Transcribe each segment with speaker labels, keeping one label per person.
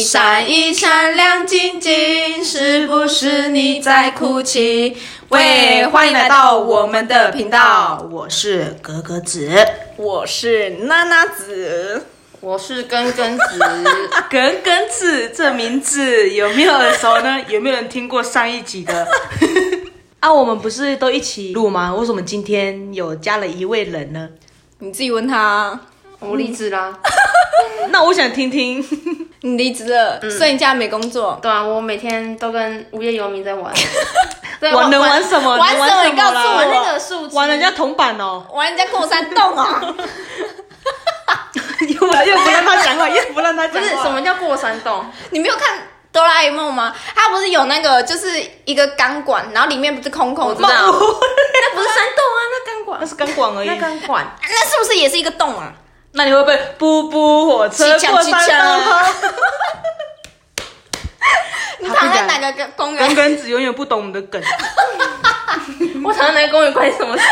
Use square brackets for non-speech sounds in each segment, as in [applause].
Speaker 1: 闪一闪亮晶晶，是不是你在哭泣？喂，欢迎来到我们的频道，
Speaker 2: 我是格格子，
Speaker 3: 我是娜娜
Speaker 2: [laughs]
Speaker 3: 子，
Speaker 1: 我是根根子，
Speaker 2: 格格子这名字有没有耳熟呢？ [laughs] 有没有人听过上一集的？ [laughs] 啊，我们不是都一起录吗？为什么今天有加了一位人呢？
Speaker 3: [laughs] 你自己问他啊，
Speaker 1: 我离职啦。
Speaker 2: 那我想听 [laughs] 听，
Speaker 3: 你离职了，
Speaker 1: 嗯
Speaker 3: 所以你现在没工作，
Speaker 1: 对啊，我每天都跟无业游民在玩。对啊
Speaker 2: 我能玩什么？
Speaker 3: 玩什么
Speaker 2: 能玩什
Speaker 3: 你告诉
Speaker 2: 啦
Speaker 3: 我
Speaker 1: 玩那个树枝，
Speaker 2: 玩人家铜板哦，
Speaker 3: 玩人家过山洞啊！
Speaker 2: [laughs]
Speaker 3: [laughs]
Speaker 2: 又不又不让他讲 [laughs] 话，又不让他
Speaker 1: 不
Speaker 2: 讲
Speaker 1: 是
Speaker 2: 话。
Speaker 1: 什么叫过山洞？
Speaker 3: 你没有看哆啦 A 梦吗？它不是有那个就是一个钢管，然后里面不是空空，
Speaker 1: 知道
Speaker 3: 那
Speaker 1: 那不是山洞啊，那钢
Speaker 2: 啊
Speaker 1: 管
Speaker 2: 那，是钢管而已
Speaker 1: 那。钢
Speaker 3: [laughs]
Speaker 1: 管。
Speaker 3: 那是不是也是一个洞啊？
Speaker 2: 那你会被布布火车
Speaker 3: 骑墙
Speaker 2: 过山
Speaker 3: 骑墙
Speaker 2: 洞吗？
Speaker 3: 你
Speaker 2: 他不
Speaker 3: 躺在
Speaker 2: 敢
Speaker 3: 哪个公
Speaker 2: 耿
Speaker 3: 园？
Speaker 2: 耿子永远不懂我们的梗。
Speaker 1: 我常常来公园关你什么事？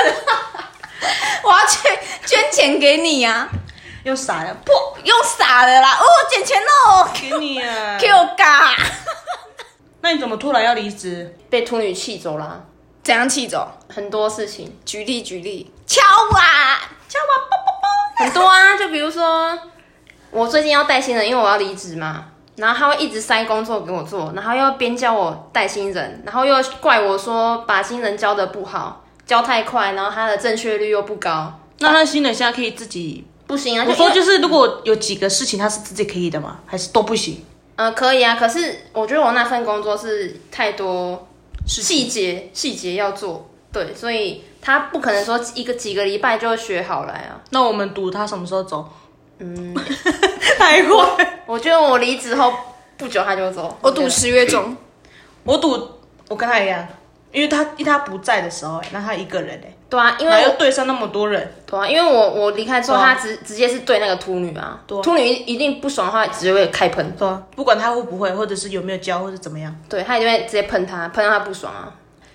Speaker 3: [laughs] 我要去捐钱给你啊！
Speaker 2: [laughs] 又傻了，
Speaker 3: 不用傻的啦，哦，捡钱喽
Speaker 2: 给你啊！
Speaker 3: ，Q 嘎，
Speaker 2: 那你怎么突然要离职？
Speaker 1: 被秃女气走啦，
Speaker 3: 怎样气走？
Speaker 1: 很多事情。
Speaker 3: 举例举例，敲碗，敲碗，啵啵啵。
Speaker 1: 很多啊， [laughs] 就比如说我最近要带新人，因为我要离职嘛，然后他会一直塞工作给我做，然后又边教我带新人，然后又怪我说把新人教的不好，教太快，然后他的正确率又不高，
Speaker 2: 那他新人现在可以自己，
Speaker 1: 不行啊。，
Speaker 2: 我说就是是如果有几个事情他是自己可以的嘛，还是都不行？
Speaker 1: 呃，可以啊，可是我觉得我那份工作是太多
Speaker 2: 事情
Speaker 1: 细节细节要做，对，所以他不可能说一个几个礼拜就学好来啊。
Speaker 2: 那我们赌他什么时候走？嗯， [laughs] 太 [laughs] 快！
Speaker 1: 我觉得我离职后不久他就走，
Speaker 3: 我赌十月中，
Speaker 2: 我赌我跟他一样，因为他因为他不在的时候、那他一个人哎、
Speaker 1: 对啊，因为
Speaker 2: 然
Speaker 1: 我
Speaker 2: 后又对上那么多人，
Speaker 1: 对啊，因为我我离开之后，
Speaker 2: 对啊
Speaker 1: 他直直接是对那个秃女啊，
Speaker 2: 对啊
Speaker 1: 秃女一定不爽的话，直接会开喷，
Speaker 2: 对啊，不管他会不会，或者是有没有教，或者怎么样，
Speaker 1: 对他一定会直接喷他，喷到他不爽啊。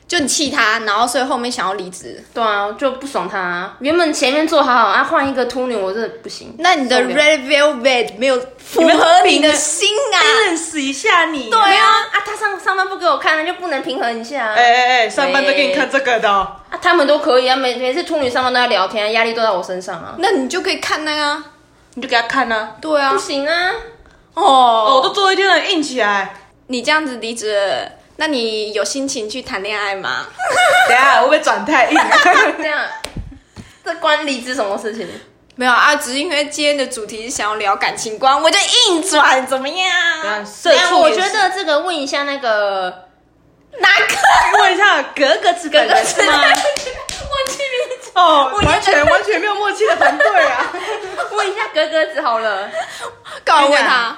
Speaker 3: 就你气他，然后所以后面想要离职。
Speaker 1: 对啊，就不爽他、啊。原本前面做好好啊，换一个秃女，我真的不行。
Speaker 3: 那你的
Speaker 1: 受不了
Speaker 3: Red Velvet 没有符
Speaker 2: 有没有
Speaker 3: 合你
Speaker 2: 病啊
Speaker 3: 的心啊？
Speaker 2: 认识一下你。
Speaker 3: 对
Speaker 1: 没有
Speaker 3: 啊，
Speaker 1: 啊啊，他上上班不给我看，那就不能平衡一下啊。
Speaker 2: 哎哎哎，上班都给你看这个的哦、
Speaker 1: 啊他们都可以啊，每每次秃女上班都在聊天，压力都在我身上啊。
Speaker 3: 那你就可以看那个啊。
Speaker 2: 你就给他看啊。
Speaker 3: 对啊
Speaker 1: 不，行啊，
Speaker 2: 哦，我
Speaker 3: 哦，
Speaker 2: 都做一天了，硬起来。
Speaker 3: 你这样子离职了，那你有心情去谈恋爱吗？
Speaker 2: [laughs] 等一下会不会转太 [laughs] 硬？
Speaker 1: 这样，这关离职什么事情？
Speaker 3: 没有啊，只是因为今天的主题是想要聊感情观，我就硬转，怎么
Speaker 2: 等一下
Speaker 3: 样？ [laughs]
Speaker 2: 社
Speaker 1: 对啊
Speaker 2: 畜
Speaker 1: 我
Speaker 2: 也
Speaker 1: 觉
Speaker 2: 是
Speaker 1: 得这个问一下那个，
Speaker 3: 哪个？
Speaker 2: 问一下格格子本人是吗？
Speaker 3: 我去你，
Speaker 2: 哦，
Speaker 3: 觉得
Speaker 2: 完 [laughs] 全完全没有默契的团队 [laughs] 啊！
Speaker 1: [laughs] 问一下格格子好了，
Speaker 3: 搞问
Speaker 2: 真的
Speaker 1: 哎
Speaker 3: 他。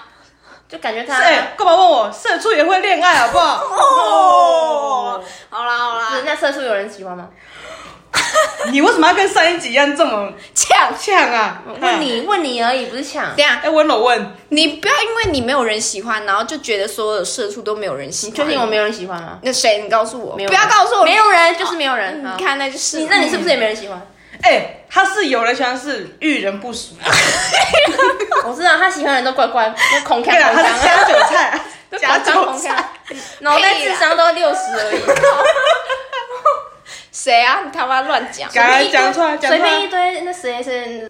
Speaker 1: 就感觉他
Speaker 2: 哎，干嘛问我？社畜也会恋爱好不好？哦
Speaker 3: 哦，，好啦好啦
Speaker 1: 人，家色素有人喜欢吗？
Speaker 2: 你为什么要跟上一集一样这么
Speaker 3: 呛。
Speaker 2: 呛啊？
Speaker 1: 问你问你而已，不是抢
Speaker 3: 这。样
Speaker 2: 哎，，哎，温柔问，
Speaker 3: 你不要因为你没有人喜欢，然后就觉得所有的社畜都没有人喜欢。
Speaker 1: 确定我没有人喜欢吗？
Speaker 3: 那谁？你告诉我，
Speaker 1: 没有
Speaker 3: 不要告诉我，
Speaker 1: 没有人就是没有人。好
Speaker 3: 你，看，那就是
Speaker 1: 你那你是不是也没人喜欢？
Speaker 2: 哎，他是有人喜欢是遇人不 [laughs] 淑，
Speaker 1: 我知道他喜欢的人都怪怪，都孔
Speaker 2: 对啊，
Speaker 1: 锵
Speaker 2: 他
Speaker 1: 孔
Speaker 2: 是
Speaker 1: 锵，
Speaker 2: 加韭 [laughs] 菜，
Speaker 1: 都
Speaker 2: 加
Speaker 1: 孔锵
Speaker 2: 韭
Speaker 1: 孔
Speaker 2: 菜
Speaker 1: 锵，，脑袋智商都六十而已，
Speaker 3: 谁啊？你他妈乱讲！
Speaker 2: 赶快讲出来，讲
Speaker 1: 随
Speaker 2: 出
Speaker 1: 便一
Speaker 2: 来。
Speaker 1: 堆那谁谁
Speaker 3: 谁？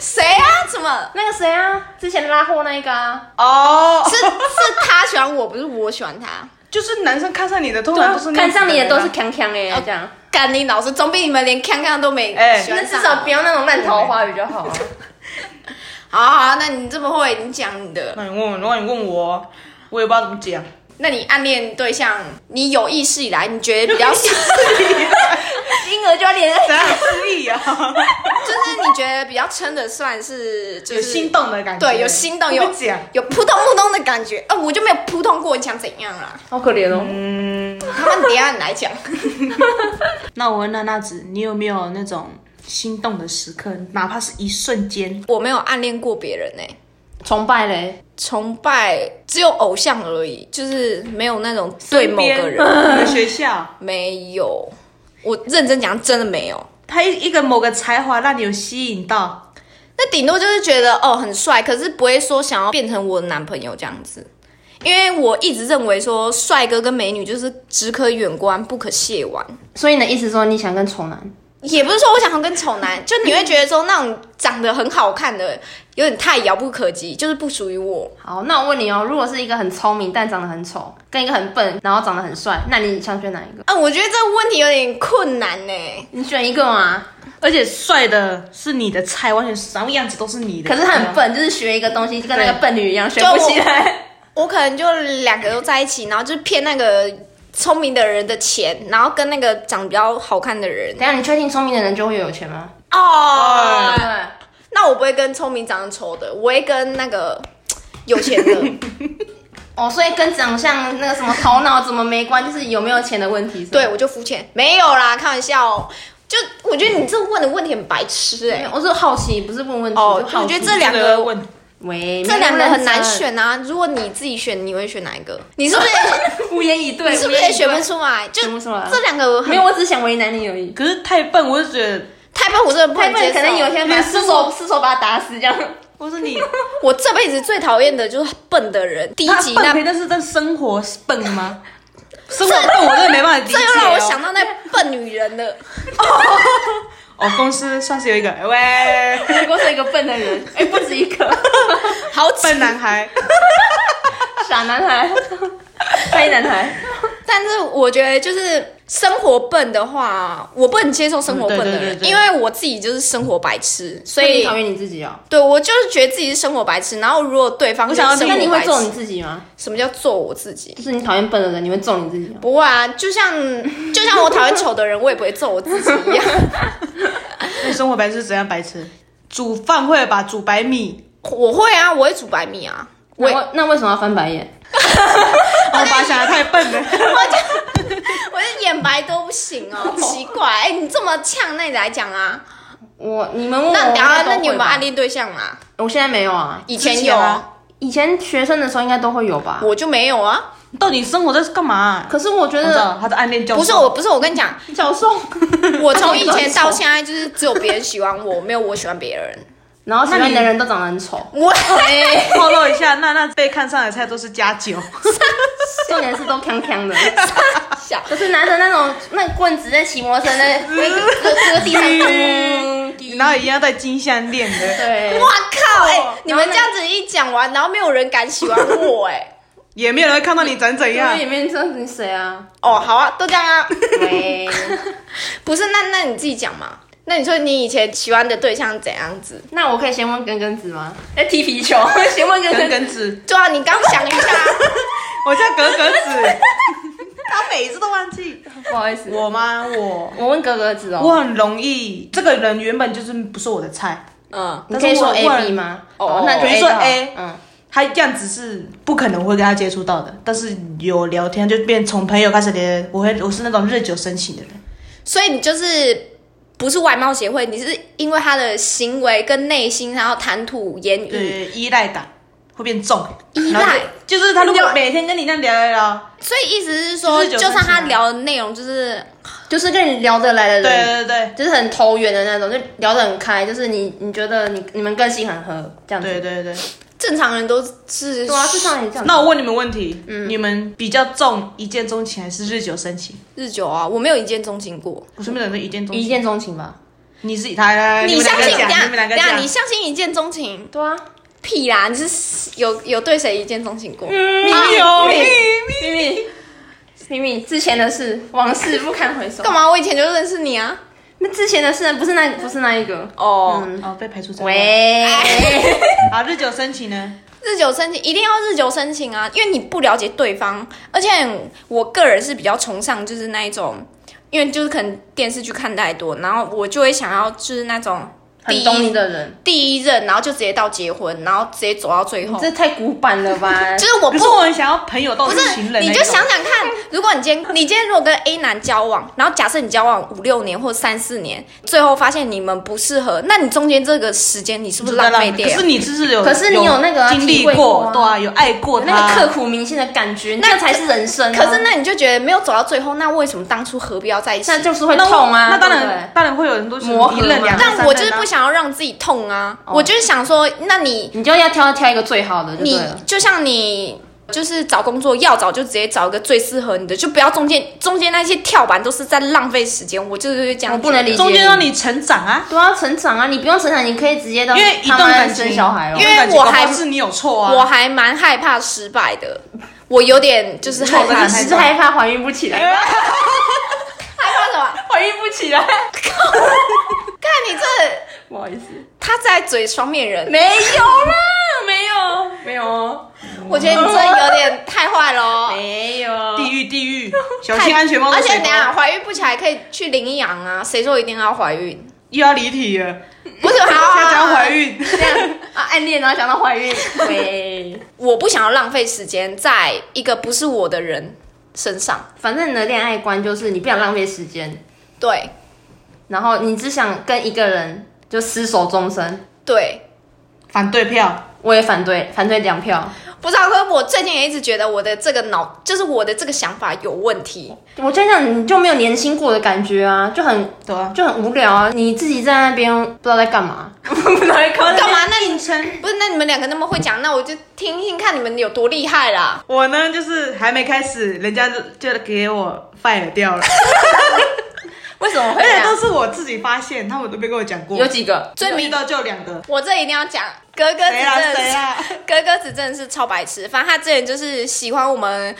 Speaker 3: 谁啊？怎么？
Speaker 1: 那个谁啊，之前拉货那一个啊，
Speaker 2: 哦，
Speaker 3: 是是他喜欢我，不是我喜欢他。
Speaker 2: 就是男生看上你的，通常都是那
Speaker 1: 看
Speaker 2: 样子
Speaker 1: 上你的
Speaker 2: 人
Speaker 1: 都
Speaker 2: 啊
Speaker 1: 是锵锵哎，这样。
Speaker 3: 干你老师，总比你们连看看都没
Speaker 2: 哎
Speaker 3: 喜
Speaker 1: 那
Speaker 3: 欢
Speaker 1: 至
Speaker 3: 上
Speaker 1: 少不要那种烂桃花比较好啊。
Speaker 3: 好啊好啊，那你这么会，你讲你的。
Speaker 2: 那你问我，如果你问我，我也不知道怎么讲。
Speaker 3: 那你暗恋对象，你有意识以来，你觉得比较适，
Speaker 1: [laughs] 婴儿就要恋爱，
Speaker 2: 怎样故意 [laughs] 啊？
Speaker 3: 就是你觉得比较称得算是，就
Speaker 2: 有
Speaker 3: 是
Speaker 2: 心动的感觉，
Speaker 3: 对，有心动，有
Speaker 2: 不讲，
Speaker 3: 有扑通扑通的感觉。啊，我就没有扑通过，你想怎样啦？
Speaker 1: [laughs] 好可怜哦。
Speaker 3: 啊
Speaker 2: 嗯
Speaker 3: 他妈，你等一下你来讲。 [laughs]
Speaker 2: 那我问娜娜子，你有没有那种心动的时刻，哪怕是一瞬间？
Speaker 3: 我没有暗恋过别人呢、欸
Speaker 1: 崇拜嘞，
Speaker 3: 崇拜只有偶像而已，就是没有那种对某个
Speaker 2: [laughs]
Speaker 3: 人
Speaker 2: 人，你的学校，
Speaker 3: 没有。我认真讲，真的没有。
Speaker 2: 他一一个某个才华让你有吸引到，
Speaker 3: 那顶多就是觉得哦很帅，可是不会说想要变成我男朋友这样子。因为我一直认为说，帅哥跟美女就是只可远观不可亵玩，
Speaker 1: 所以你的意思说你想跟丑男？
Speaker 3: 也不是说我想要跟丑男，就你会觉得说那种长得很好看的，有点太遥不可及，就是不属于我。
Speaker 1: 好，那我问你哦，如果是一个很聪明但长得很丑，跟一个很笨然后长得很帅，那你想选哪一个？
Speaker 3: 啊，我觉得这个问题有点困难呢、
Speaker 1: 你选一个嘛？
Speaker 2: 而且帅的是你的菜，完全什么样子都是你的。
Speaker 1: 可是他很笨，就是学一个东西，就跟那个笨女一样，学
Speaker 3: 就
Speaker 1: 不
Speaker 3: 我
Speaker 1: 起来。
Speaker 3: 我可能就两个都在一起，然后就骗那个聪明的人的钱，然后跟那个长得比较好看的人
Speaker 1: [laughs] 等一。下，你确定聪明的人就会有钱吗？
Speaker 3: 哦，
Speaker 1: 对，
Speaker 3: 那我不会跟聪明长得丑的，我会跟那个有钱的。
Speaker 1: 哦，所以跟长相那个什么头脑怎么没关，就是有没有钱的问题是吧
Speaker 3: 对，，我就肤浅，没有啦，开玩笑、哦。就我觉得你这问的问题很白痴哎、
Speaker 1: 没有我是好奇，不是问问题。
Speaker 3: 哦
Speaker 1: 我是好
Speaker 3: 我
Speaker 1: 奇
Speaker 3: 觉得这两个
Speaker 2: 问
Speaker 1: 喂，
Speaker 3: 这两个很难
Speaker 1: 没有认真，
Speaker 3: 选啊！如果你自己选，你会选哪一个？你是不是
Speaker 1: 无言以
Speaker 3: [laughs]
Speaker 1: 对。
Speaker 3: 你是不是
Speaker 1: 无言
Speaker 3: 也
Speaker 1: 以对
Speaker 3: 选不出来？就
Speaker 1: 选不出来
Speaker 3: 这两个很
Speaker 1: 没有，我只是想为难你而
Speaker 3: [laughs]
Speaker 1: 已。
Speaker 2: 可是太笨，我就觉得，
Speaker 3: 太笨，我真的不
Speaker 1: 太
Speaker 3: 能接
Speaker 1: 笨，
Speaker 3: 受。
Speaker 1: 可能有些人把失手失手把他打死这样。
Speaker 2: 我说你
Speaker 3: 我这辈子最讨厌的就是笨的人。第一 [laughs]
Speaker 2: 他
Speaker 3: 集
Speaker 2: 笨
Speaker 3: 那
Speaker 2: 可以，但是但生活是笨
Speaker 3: [laughs]
Speaker 2: 吗？生活笨我真的没办法理解、
Speaker 3: 这
Speaker 2: 哦。
Speaker 3: 又让我想到那笨女人了。
Speaker 2: 哦，公司算是有一个喂
Speaker 1: 如果是一个笨的人，哎，不止一个 [laughs]
Speaker 3: 好气
Speaker 2: 笨男孩，
Speaker 1: 傻男孩、呆男孩。
Speaker 3: [laughs] 但是我觉得就是生活笨的话，我不能接受生活笨的人，
Speaker 2: 嗯对对对对
Speaker 3: 因为我自己就是生活白痴，所
Speaker 1: 所以
Speaker 3: 以
Speaker 1: 你讨厌你自己哦。
Speaker 3: 对我就是觉得自己是生活白痴。然后如果对方
Speaker 2: 我想要
Speaker 3: 就是
Speaker 1: 那
Speaker 3: 生
Speaker 1: 你
Speaker 3: 活
Speaker 1: 会
Speaker 3: 白痴，
Speaker 1: 揍你自己吗？
Speaker 3: 什么叫做我自己？
Speaker 1: 就是你讨厌笨的人，你会揍你自己吗？
Speaker 3: 不会啊，就像 [laughs] 就像我讨厌丑的人，我也不会揍我自己一样。 [laughs]
Speaker 2: 那生活白痴怎样白痴？煮饭会吧，煮白米，
Speaker 3: 我会啊，我会煮白米啊，我
Speaker 1: 那
Speaker 3: 也
Speaker 1: 为那为什么要翻白眼？
Speaker 2: 哦我把想的太
Speaker 3: [laughs]
Speaker 2: 笨了。
Speaker 3: 我的眼白都不行
Speaker 1: [laughs]
Speaker 3: 哦，奇怪，哎、你这么呛，那你来讲啊。
Speaker 1: 我你们问我，
Speaker 3: 那
Speaker 1: 我
Speaker 3: 等
Speaker 1: 应
Speaker 3: 下
Speaker 1: 该，
Speaker 3: 那
Speaker 1: 都
Speaker 3: 你有没
Speaker 1: 哦会
Speaker 3: 有
Speaker 1: 吧
Speaker 3: 暗？恋对象啊？
Speaker 1: 我现在没有啊，
Speaker 3: 以前
Speaker 2: 之
Speaker 3: 有
Speaker 2: 前
Speaker 3: 啊，
Speaker 2: 啊
Speaker 1: 以前学生的时候应该都会有吧。
Speaker 3: 我就没有啊。
Speaker 2: 到底生活在干嘛、啊？
Speaker 1: 可是我觉
Speaker 2: 我知
Speaker 1: 得
Speaker 2: 道他在暗恋教
Speaker 1: 哦
Speaker 2: 授。
Speaker 3: 呃不是我，不是我跟你讲，
Speaker 1: [laughs]
Speaker 2: [laughs]
Speaker 1: 小宋，
Speaker 3: 我从以前到现在，就是只有别人喜欢我，没有我喜欢别
Speaker 1: [laughs]
Speaker 3: 人。
Speaker 1: 然后喜欢你的人都长得很丑，
Speaker 3: 我
Speaker 1: 哎
Speaker 2: 透露一下，娜娜被看上的菜都是
Speaker 3: [laughs]
Speaker 2: 加酒，
Speaker 1: 重点是都康康的， [laughs]
Speaker 3: 小
Speaker 1: 就是拿着那种那棍子在骑摩托
Speaker 2: [laughs]
Speaker 1: 车在在在在地上咚滴
Speaker 2: 然后一定要戴金项链的，
Speaker 1: 对
Speaker 3: 哇，靠！哎、你
Speaker 1: 然后
Speaker 3: 们
Speaker 1: 呢
Speaker 3: 这样子一讲完，然后没有人敢喜欢我哎、
Speaker 2: 也没有人会看到你长怎
Speaker 1: 因为
Speaker 2: 样。
Speaker 1: 里面这是谁
Speaker 2: [laughs]
Speaker 1: 啊？
Speaker 3: 哦，好啊，都这样啊。
Speaker 1: 喂，
Speaker 3: 不是，那那你自己讲嘛。那你说你以前喜欢的对象怎样子？
Speaker 1: 那我可以先问根根子吗？
Speaker 2: 哎
Speaker 1: 在踢皮球， [laughs] 先问根
Speaker 2: 耿
Speaker 1: 根子。
Speaker 3: [laughs]
Speaker 2: 耿子，
Speaker 3: 对啊，你刚想一下
Speaker 2: [laughs]
Speaker 3: 啊，
Speaker 2: 我叫格格子，他每次都忘记
Speaker 1: 不好意思，
Speaker 2: 我吗？我
Speaker 1: 我问格格子哦，
Speaker 2: 我很容易，这个人原本就是不是我的菜，
Speaker 3: 嗯，
Speaker 1: 你可以说
Speaker 2: 但是我哦
Speaker 1: A B 吗？
Speaker 3: 我
Speaker 1: 好那就
Speaker 2: 比如说
Speaker 1: A 就
Speaker 2: A
Speaker 1: 好嗯，
Speaker 2: 他这样子是不可能会跟他接触到的，但是有聊天就变从朋友开始聊，我会我是那种日久生情的人，
Speaker 3: 所以你就是不是外貌协会，你是因为他的行为跟内心，然后谈吐言语，
Speaker 2: 对，依赖感会变重，
Speaker 3: 依
Speaker 2: 然后
Speaker 3: 赖
Speaker 2: 就就是他如果每天跟你那样聊聊聊，
Speaker 3: 所以意思是说，
Speaker 2: 就是
Speaker 3: 就
Speaker 2: 有分
Speaker 3: 算
Speaker 2: 歧啊
Speaker 3: 他聊的内容就是
Speaker 1: 就是跟你聊得来的
Speaker 2: 对
Speaker 1: 人，
Speaker 2: 对对
Speaker 1: 就是很投缘的那种，就聊得很开，就是你你觉得你你们个性很合这样子。
Speaker 2: 对对对。
Speaker 3: 正常人都是
Speaker 1: 对啊，至少也这样。
Speaker 2: 那我问你们问题，你们比较重一见钟情还是日久生情？
Speaker 3: 日久啊，我没有一见钟情过。
Speaker 2: 我身边的人都一见钟
Speaker 1: 一
Speaker 2: 情，
Speaker 1: 见钟情吧？
Speaker 2: 你自己他，来来
Speaker 3: 你相信？
Speaker 2: 你
Speaker 3: 等
Speaker 2: 们两个
Speaker 3: 下
Speaker 2: 讲，你们两
Speaker 3: 等
Speaker 2: 个
Speaker 3: 下，你
Speaker 2: 讲，
Speaker 3: 相信一见钟情？
Speaker 1: 对啊，
Speaker 3: 屁啦！你是有有对谁一见钟情过？
Speaker 2: 你有
Speaker 1: 秘
Speaker 2: 病
Speaker 1: 密秘密秘密，之前的事往事不堪回
Speaker 3: [laughs]
Speaker 1: 首
Speaker 3: 干。嘛？我以前就认识你啊！
Speaker 1: 那之前的事不是那不是那一个。
Speaker 3: 哦，
Speaker 2: 哦，被排除在外。
Speaker 1: 喂，
Speaker 2: 好，日久生情呢？
Speaker 3: 日久生情一定要日久生情啊，因为你不了解对方，而且我个人是比较崇尚就是那一种，因为就是可能电视剧看太多，然后我就会想要就是那种第
Speaker 1: 很懂你
Speaker 3: 一
Speaker 1: 的人，
Speaker 3: 第一任，然后就直接到结婚，然后直接走到最后，
Speaker 1: 这太古板了吧
Speaker 3: 就？是我 [laughs]
Speaker 2: 可
Speaker 3: 不
Speaker 1: 哦
Speaker 2: 是我很想要朋友到
Speaker 3: 不
Speaker 2: 是情
Speaker 3: 是
Speaker 2: 人那种，
Speaker 3: 你就想想看，如果说你今天，你今天如果跟 A 男交往，然后假设你交往五六年或三四年，最后发现你们不适合，那你中间这个时间你是不是浪费
Speaker 2: 可
Speaker 3: 掉
Speaker 2: 是？你只是有，
Speaker 1: 可是你有那个啊
Speaker 2: 经历
Speaker 1: 体会过啊
Speaker 2: 对啊，有爱过
Speaker 1: 那个
Speaker 2: 他，
Speaker 1: 刻骨铭心的感觉，那才是人生啊。
Speaker 3: 可是那你就觉得没有走到最后，那为什么当初何必要在一起
Speaker 1: 那？就是会痛啊，
Speaker 2: 那当
Speaker 1: 对不
Speaker 2: 然
Speaker 1: 对，
Speaker 2: 当然会有很多什么
Speaker 1: 磨合
Speaker 2: 一任
Speaker 1: 嘛
Speaker 2: 两任
Speaker 3: 但我就是
Speaker 2: 三任啊
Speaker 3: 不想要让自己痛啊，
Speaker 1: 哦
Speaker 3: 我就是想说，那你
Speaker 1: 你就要挑挑一个最好的就对
Speaker 3: 你
Speaker 1: 了。
Speaker 3: 就像你就是找工作要找就直接找一个最适合你的，就不要中间中间那些跳板都是在浪费时间。我就是这样，
Speaker 1: 我哦不能理解
Speaker 2: 中间让你成长啊，
Speaker 1: 都要成长啊！你不用成长，你可以直接到
Speaker 2: 因为一
Speaker 1: 嗯他
Speaker 2: 段
Speaker 1: 妈
Speaker 2: 感情
Speaker 1: 生小孩了哦
Speaker 2: 一。
Speaker 3: 因
Speaker 2: 段
Speaker 3: 为
Speaker 2: 感情
Speaker 3: 我
Speaker 2: 搞不好
Speaker 3: 还
Speaker 2: 是你有错啊，
Speaker 3: 我还蛮害怕失败的，我有点就是害
Speaker 1: 我
Speaker 3: 怕，
Speaker 1: 只
Speaker 3: 害
Speaker 1: 是害怕怀孕不起来，
Speaker 3: 怕什么？
Speaker 1: 哎怀孕不起来。
Speaker 3: 看你这
Speaker 1: 不好意思，
Speaker 3: 他在嘴双面人，
Speaker 1: 没有啦，没有，没有哦，
Speaker 3: 我觉得你这有点太坏了哦。
Speaker 1: 没有
Speaker 2: 地狱地
Speaker 1: [laughs]
Speaker 2: 狱，小心安全帽
Speaker 3: 而
Speaker 2: 在水
Speaker 3: 且
Speaker 2: 沟，
Speaker 3: 等一下怀孕不起来可以去领养啊，谁说一定要怀孕？
Speaker 2: 又要离题了，
Speaker 3: 不是，好好
Speaker 2: 大
Speaker 3: 好
Speaker 2: 家怀孕，
Speaker 1: 啊这样啊，暗恋然后想到怀 [laughs] 孕，喂，
Speaker 3: 我不想要浪费时间在一个不是我的人身上。
Speaker 1: 反正你的恋爱观就是你不想浪费时间，
Speaker 3: 对
Speaker 1: 然后你只想跟一个人就厮守终身。
Speaker 3: 对，
Speaker 2: [laughs] 反对票，
Speaker 1: 我也反对，反对两票。
Speaker 3: 不知道，可是我最近也一直觉得我的这个脑，就是我的这个想法有问题。
Speaker 1: 我就想你就没有年轻过的感觉啊，就很
Speaker 2: 对啊，
Speaker 1: 就很无聊啊，你自己在那边不知道在干嘛，不知道在干
Speaker 3: 干嘛？那
Speaker 2: 硬
Speaker 3: 你
Speaker 2: 撑。
Speaker 3: 不是？那你们两个那么会讲，那我就听听看你们有多厉害啦。
Speaker 2: 我呢，就是还没开始，人家就就给我 fire 掉了，
Speaker 1: 为什么
Speaker 2: 而
Speaker 1: 会这
Speaker 2: 且
Speaker 1: 样
Speaker 2: 都是我自己发现，他们都没跟我讲过。
Speaker 1: 有几个？
Speaker 3: 最
Speaker 2: 遇
Speaker 3: 明，
Speaker 2: 到就有两个，
Speaker 3: 我这一定要讲，哥哥子
Speaker 2: 谁啦
Speaker 3: 真的
Speaker 2: 谁
Speaker 3: 是，
Speaker 2: 啦？
Speaker 3: [laughs] 哥哥子真的是超白痴。反正他之前就是喜欢我们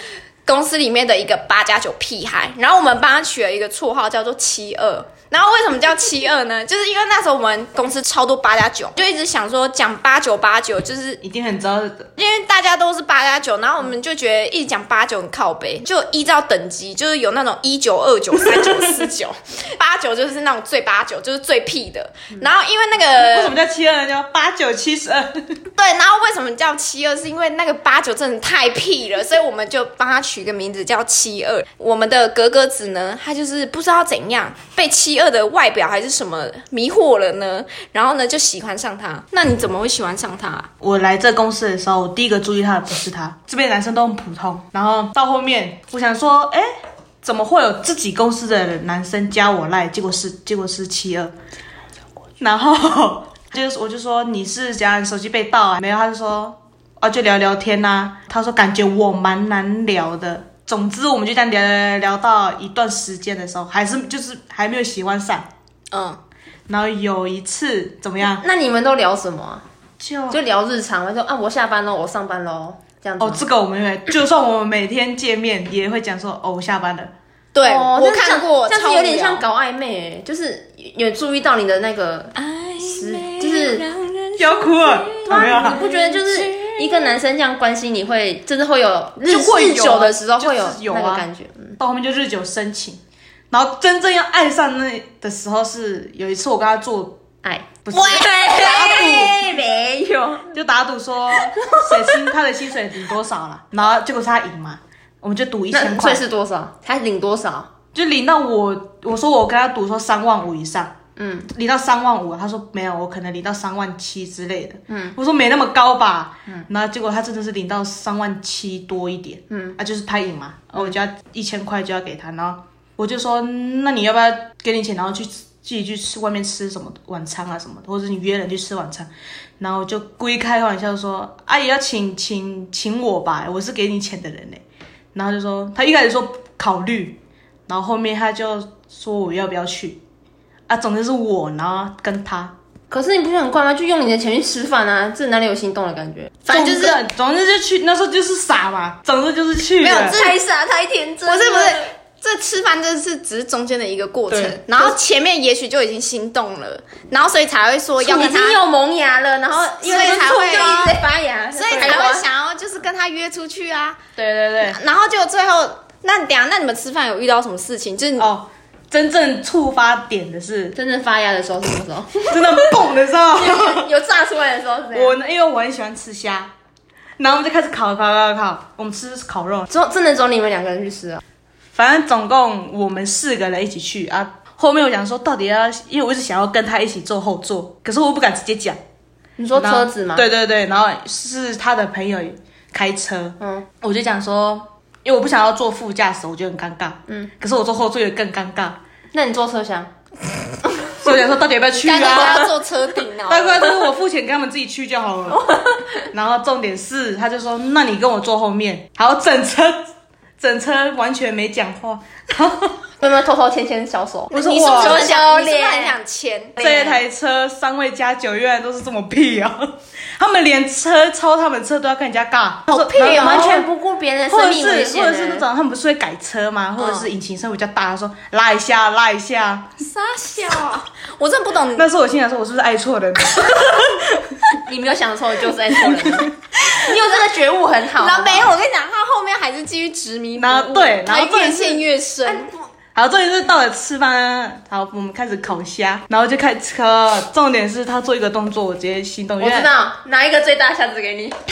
Speaker 3: 公司里面的一个八加九屁孩，然后我们帮他取了一个绰号叫做七二。然后为什么叫七二呢？就是因为那时候我们公司超多八加九，就一直想说讲八九八九，就是
Speaker 2: 已经很知道
Speaker 3: 因为大家都是八加九，然后我们就觉得一直讲八九很靠北，就依照等级，就是有那种一九、二九、三九、四九，八九就是那种最八九，就是最屁的。然后因为那
Speaker 2: 为什
Speaker 3: 个
Speaker 2: 么叫七二呢？叫八九七十二，
Speaker 3: 对，然后为什么叫七二？是因为那个八九真的太屁了，所以我们就帮他取个名字叫七二。我们的格格子呢，他就是不知道怎样被七二的外表还是什么迷惑了呢，然后呢就喜欢上他。那你怎么会喜欢上他啊、
Speaker 2: 我来这公司的时候，我第一个注意他的不是他，这边男生都很普通。然后到后面，我想说，哎，怎么会有自己公司的男生加我赖？结果是结果是七二，然后 [laughs] 就是我就说你是怎样手机被盗啊？没有，他就说哦就聊聊天呐、啊他说感觉我蛮难聊的。总之我们就这样聊聊聊聊到一段时间的时候，还是就是还没有喜欢上。
Speaker 3: 嗯，
Speaker 2: 然后有一次怎么样？
Speaker 1: [laughs] 那你们都聊什么啊、
Speaker 2: 就
Speaker 1: 就聊日常嘛，就啊，我下班喽，我上班喽，这样子吗。
Speaker 2: 哦，这个我们也就算我们每天见面，也会讲说哦，我下班了。
Speaker 3: 对，
Speaker 1: 哦
Speaker 3: 我
Speaker 1: 这样
Speaker 3: 看过，
Speaker 1: 这样
Speaker 3: 超
Speaker 1: 子有点
Speaker 3: 无聊
Speaker 1: 像搞暧昧、欸，就是有注意到你的那个，
Speaker 3: 是
Speaker 1: 就是
Speaker 2: 要哭了，没有
Speaker 1: 你
Speaker 2: 啦，
Speaker 1: 不觉得就是一个男生这样关心你会，真的会有日
Speaker 2: 就会有啊
Speaker 1: 日久的时候
Speaker 2: 就是
Speaker 1: 会
Speaker 2: 有啊
Speaker 1: 那个感觉，嗯，
Speaker 2: 到后面就日久生情，然后真正要爱上那的时候是有一次我跟他做，
Speaker 1: 爱。
Speaker 2: 不是打
Speaker 3: 喂，
Speaker 1: 没有，
Speaker 2: 赌，就打赌说谁薪他的薪水领多少啦，然后结果是他赢嘛，我们就赌一千
Speaker 1: 那
Speaker 2: 块
Speaker 1: 税，是多少？他领多少？
Speaker 2: 就领到我我说我跟他赌说三万五以上。
Speaker 1: 嗯，
Speaker 2: 领到三万五，他说没有，我可能领到三万七之类的。嗯，我说没那么高吧。嗯，然后结果他真的是领到三万七多一点。嗯，啊，就是他赢嘛，然后我就要一千块就要给他，然后我就说，那你要不要给你钱，然后去自己去吃外面吃什么晚餐啊什么的，或者你约人去吃晚餐，然后我就故意开玩笑说，阿姨要请请请我吧，我是给你钱的人嘞。然后他就说他一开始说考虑，然后后面他就说我要不要去。啊，总之是我，然后跟他，
Speaker 1: 可是你不是很怪吗？就用你的钱去吃饭啊，这哪里有心动的感觉？
Speaker 3: 反正就是
Speaker 2: 总之总之就去，那时候就是傻嘛，总之就是去了。
Speaker 3: 没有这
Speaker 1: 太傻太天真
Speaker 3: 不
Speaker 1: 不
Speaker 3: 是
Speaker 1: 是
Speaker 3: 不
Speaker 1: 不
Speaker 3: 是
Speaker 1: 是，，
Speaker 3: 这吃饭这是只是中间的一个过程
Speaker 2: 对，
Speaker 3: 然后前面也许就已经心动了，然后所以才会说要跟
Speaker 1: 已经
Speaker 3: 他，
Speaker 1: 有萌芽了，然后因为
Speaker 3: 所以才会
Speaker 1: 就一直在发芽，
Speaker 3: 所以才
Speaker 1: 啊
Speaker 3: 会想要就是跟他约出去啊，
Speaker 2: 对对对。
Speaker 3: 然后就最后那等一下那你们吃饭有遇到什么事情？就是你
Speaker 2: 哦，真正触发点的是 [laughs]
Speaker 1: 真正发芽的时候是什么时候？
Speaker 2: 真的蹦的
Speaker 3: [laughs]
Speaker 2: 时候，
Speaker 1: [laughs] 有炸出来的时候是怎样
Speaker 2: 我呢，因为我很喜欢吃虾，然后我们就开始烤烤烤烤，我们吃烤肉，
Speaker 1: 只有真的只有你们两个人去吃啊？
Speaker 2: 反正总共我们四个人一起去啊。后面我想说，到底要，因为我一直想要跟他一起坐后座，可是我又不敢直接讲。
Speaker 1: 你说
Speaker 2: 然后
Speaker 1: 车子吗？，
Speaker 2: 对对对，然后是他的朋友开车，嗯，我就讲说，因为我不想要坐副驾驶，我觉得很尴尬，嗯，可是我坐后座也更尴尬，
Speaker 1: 那你坐车厢？
Speaker 2: 所以我想说到底要不要
Speaker 1: [laughs]
Speaker 2: 去
Speaker 3: 干脆不要
Speaker 2: [laughs] 啊？
Speaker 3: 坐车顶啊！
Speaker 2: 大概就是我付钱给他们自己去就好
Speaker 1: [laughs]
Speaker 2: 了。然后重点是，他就说，那你跟我坐后面，然后整车整车完全没讲
Speaker 1: [laughs]
Speaker 2: 话，
Speaker 1: 有没有偷偷牵牵小手？
Speaker 2: 我说
Speaker 3: 你是不是
Speaker 2: 哇
Speaker 3: 很想？
Speaker 1: 丢
Speaker 3: 你是不是
Speaker 1: 脸
Speaker 3: 很想签？
Speaker 2: 这一台车三位加九原来都是这么屁啊！他们连车超他们车都要跟人家尬，好
Speaker 1: 屁哦，完全不顾别人的嗯
Speaker 2: 或
Speaker 1: 生
Speaker 2: 者
Speaker 1: 命
Speaker 2: 是
Speaker 1: 危险
Speaker 2: 或
Speaker 1: 欸，
Speaker 2: 者是那种他们不是会改车吗？或者是引擎声比较大，他说拉一下拉一下。
Speaker 3: 傻笑啊，我真的不懂。
Speaker 2: 那时候我心想说，我是不是爱错人了？ [laughs]
Speaker 1: 你没有想错，就是在错人。你有这个觉悟很好。
Speaker 3: 然后没有，我跟你讲，他后面还是继续执迷不
Speaker 2: 然后
Speaker 3: 悟，
Speaker 2: 对然后
Speaker 3: 他
Speaker 2: 重点
Speaker 3: 越
Speaker 2: 是
Speaker 3: 陷越深。
Speaker 2: 好，重点是到了吃饭，啊好，我们开始烤虾，然后就开始烤。重点是他做一个动作，我直接心动，
Speaker 1: 我知
Speaker 2: 因为
Speaker 1: 道，拿一个最大箱子
Speaker 2: [laughs]
Speaker 1: 给你。 [laughs]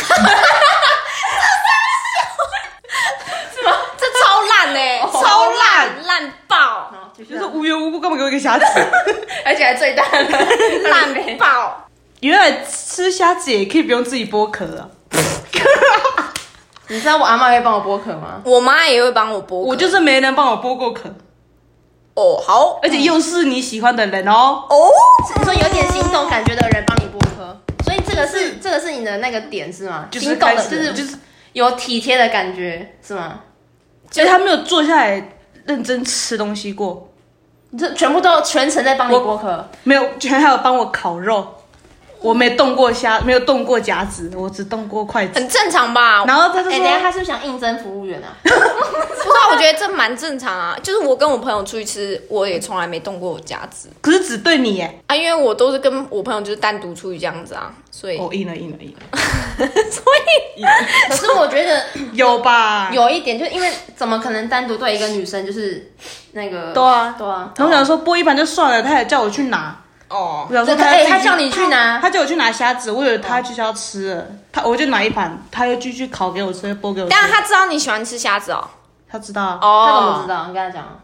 Speaker 3: 这超烂哎、
Speaker 2: 哦
Speaker 3: 超烂烂爆，
Speaker 1: 好，继续
Speaker 2: 就是无缘无故干嘛给我一个虾子？ [laughs]
Speaker 1: 而且还最大的， [laughs]
Speaker 3: 烂爆。
Speaker 2: 原来吃虾子也可以不用自己剥壳啊！
Speaker 1: 你知道我阿妈会帮我剥壳吗？
Speaker 3: [laughs] 我妈也会帮我剥，
Speaker 2: 我就是没人帮我剥过壳，
Speaker 3: 哦好
Speaker 2: 而且又是你喜欢的人哦。
Speaker 3: 哦，
Speaker 1: 你说有点心动感觉的人帮你剥壳，所以这个是这个是你的那个点是吗？
Speaker 2: 就是
Speaker 1: 心动
Speaker 2: 开
Speaker 1: 的，
Speaker 2: 始
Speaker 1: 就是
Speaker 2: 就是
Speaker 1: 有体贴的感觉是吗？
Speaker 2: 所以他没有坐下来认真吃东西过，
Speaker 1: 你这全部都全程在帮你
Speaker 2: 我
Speaker 1: 剥壳，
Speaker 2: 没有，居然还有帮我烤肉。我没动过虾，没有动过夹子，我只动过筷子。
Speaker 3: 很正常吧？
Speaker 2: 然后他就
Speaker 1: 嗯哎、
Speaker 2: 说，
Speaker 1: 等一下他是不是想应征服务员啊？
Speaker 3: 不知道，我觉得这蛮正常啊。就是我跟我朋友出去吃，我也从来没动过夹子
Speaker 2: 可是只对你耶。
Speaker 3: 啊，因为我都是跟我朋友就是单独出去这样子啊，所以、
Speaker 2: 哦，硬了，硬了，硬了，
Speaker 3: 所以
Speaker 1: [laughs] 可是我觉得
Speaker 2: 有吧？。
Speaker 1: 有一点，就是因为怎么可能单独对一个女生就是那个？
Speaker 2: 对啊
Speaker 1: 对啊。
Speaker 2: 然后我想说剥一盘就算了，他也叫我去拿。
Speaker 3: 哦
Speaker 2: 我，想
Speaker 1: 这
Speaker 2: 说
Speaker 1: 个
Speaker 2: 他
Speaker 1: 哎、
Speaker 2: 要自己
Speaker 1: 他叫你哦去拿，
Speaker 2: 他叫我去拿虾子，我以为他就是要吃了，他我就拿一盘，他又继续烤给我吃，剥给我吃。
Speaker 3: 但他知道你喜欢吃虾子哦，
Speaker 2: 他知道啊，
Speaker 3: 哦，
Speaker 1: 他怎么知道？你跟他讲，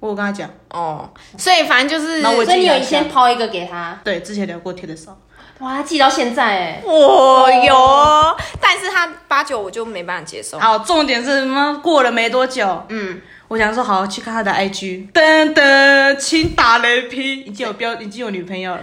Speaker 2: 我有跟他讲，
Speaker 3: 哦，所以反正就是
Speaker 2: 那我
Speaker 1: 所以你有
Speaker 2: 记得
Speaker 1: 先抛一个给他，
Speaker 2: 对，之前聊过天的少，
Speaker 1: 哇，他记到现在哎、
Speaker 3: 我有，但是他八九我就没办法接受。
Speaker 2: 好，重点是妈过了没多久，
Speaker 1: 嗯，
Speaker 2: 我想说好去看他的 IG，噔噔，请打雷劈，已经有标，已经有女朋友了。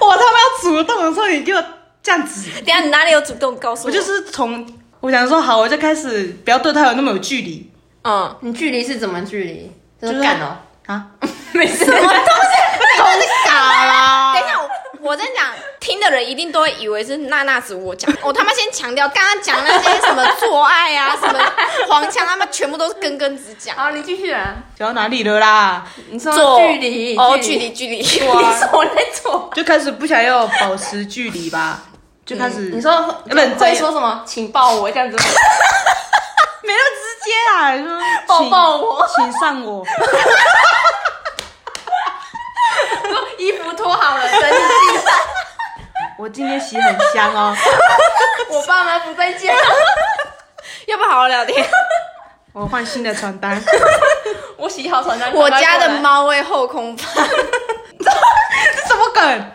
Speaker 2: 我他妈要主动的时候，你给我这样子，
Speaker 3: 等一下你哪里有主动告诉我？
Speaker 2: 我就是从我想说好，我就开始不要对他有那么有距离
Speaker 3: 嗯，
Speaker 1: 你距离是怎么距离？就
Speaker 2: 就是是
Speaker 1: 干哦、
Speaker 2: 啊，
Speaker 1: 没事，什么东西？
Speaker 2: 我傻啦
Speaker 3: 等一下，我我在讲，听的人一定都会以为是娜娜子我讲。我他妈先强调，刚刚讲那些什么做爱啊，什么黄腔，他妈全部都是根根子讲。
Speaker 1: 好，你继续 [laughs] 啊。
Speaker 2: 讲到哪里了啦？
Speaker 1: 你说
Speaker 3: 做
Speaker 1: 距离
Speaker 3: 哦，距离距离， [laughs]
Speaker 1: 你说我在做？
Speaker 2: 就开始不想要保持距离吧，就开
Speaker 3: 嗯
Speaker 2: 始、
Speaker 1: 嗯你
Speaker 3: 哎
Speaker 1: 说
Speaker 2: 认真
Speaker 1: 会说什么？请抱我这样
Speaker 3: [laughs]
Speaker 1: 子吗，
Speaker 2: 没那么直接啦，你说
Speaker 1: 抱
Speaker 2: 请
Speaker 1: 抱我， [laughs]
Speaker 2: 请上我，
Speaker 1: 衣服脱好了，整理地上。
Speaker 2: 我今天洗很香 [laughs] 哦。
Speaker 1: 我爸妈不在家，
Speaker 3: 要不好好聊天。
Speaker 2: 我换新的床单，
Speaker 1: 我洗好床
Speaker 3: [laughs]
Speaker 1: 单。
Speaker 3: 我
Speaker 1: 赶快
Speaker 3: 家
Speaker 1: 过
Speaker 3: 的
Speaker 1: 来，
Speaker 3: 猫会后空翻，
Speaker 1: [laughs]
Speaker 2: 这什么梗？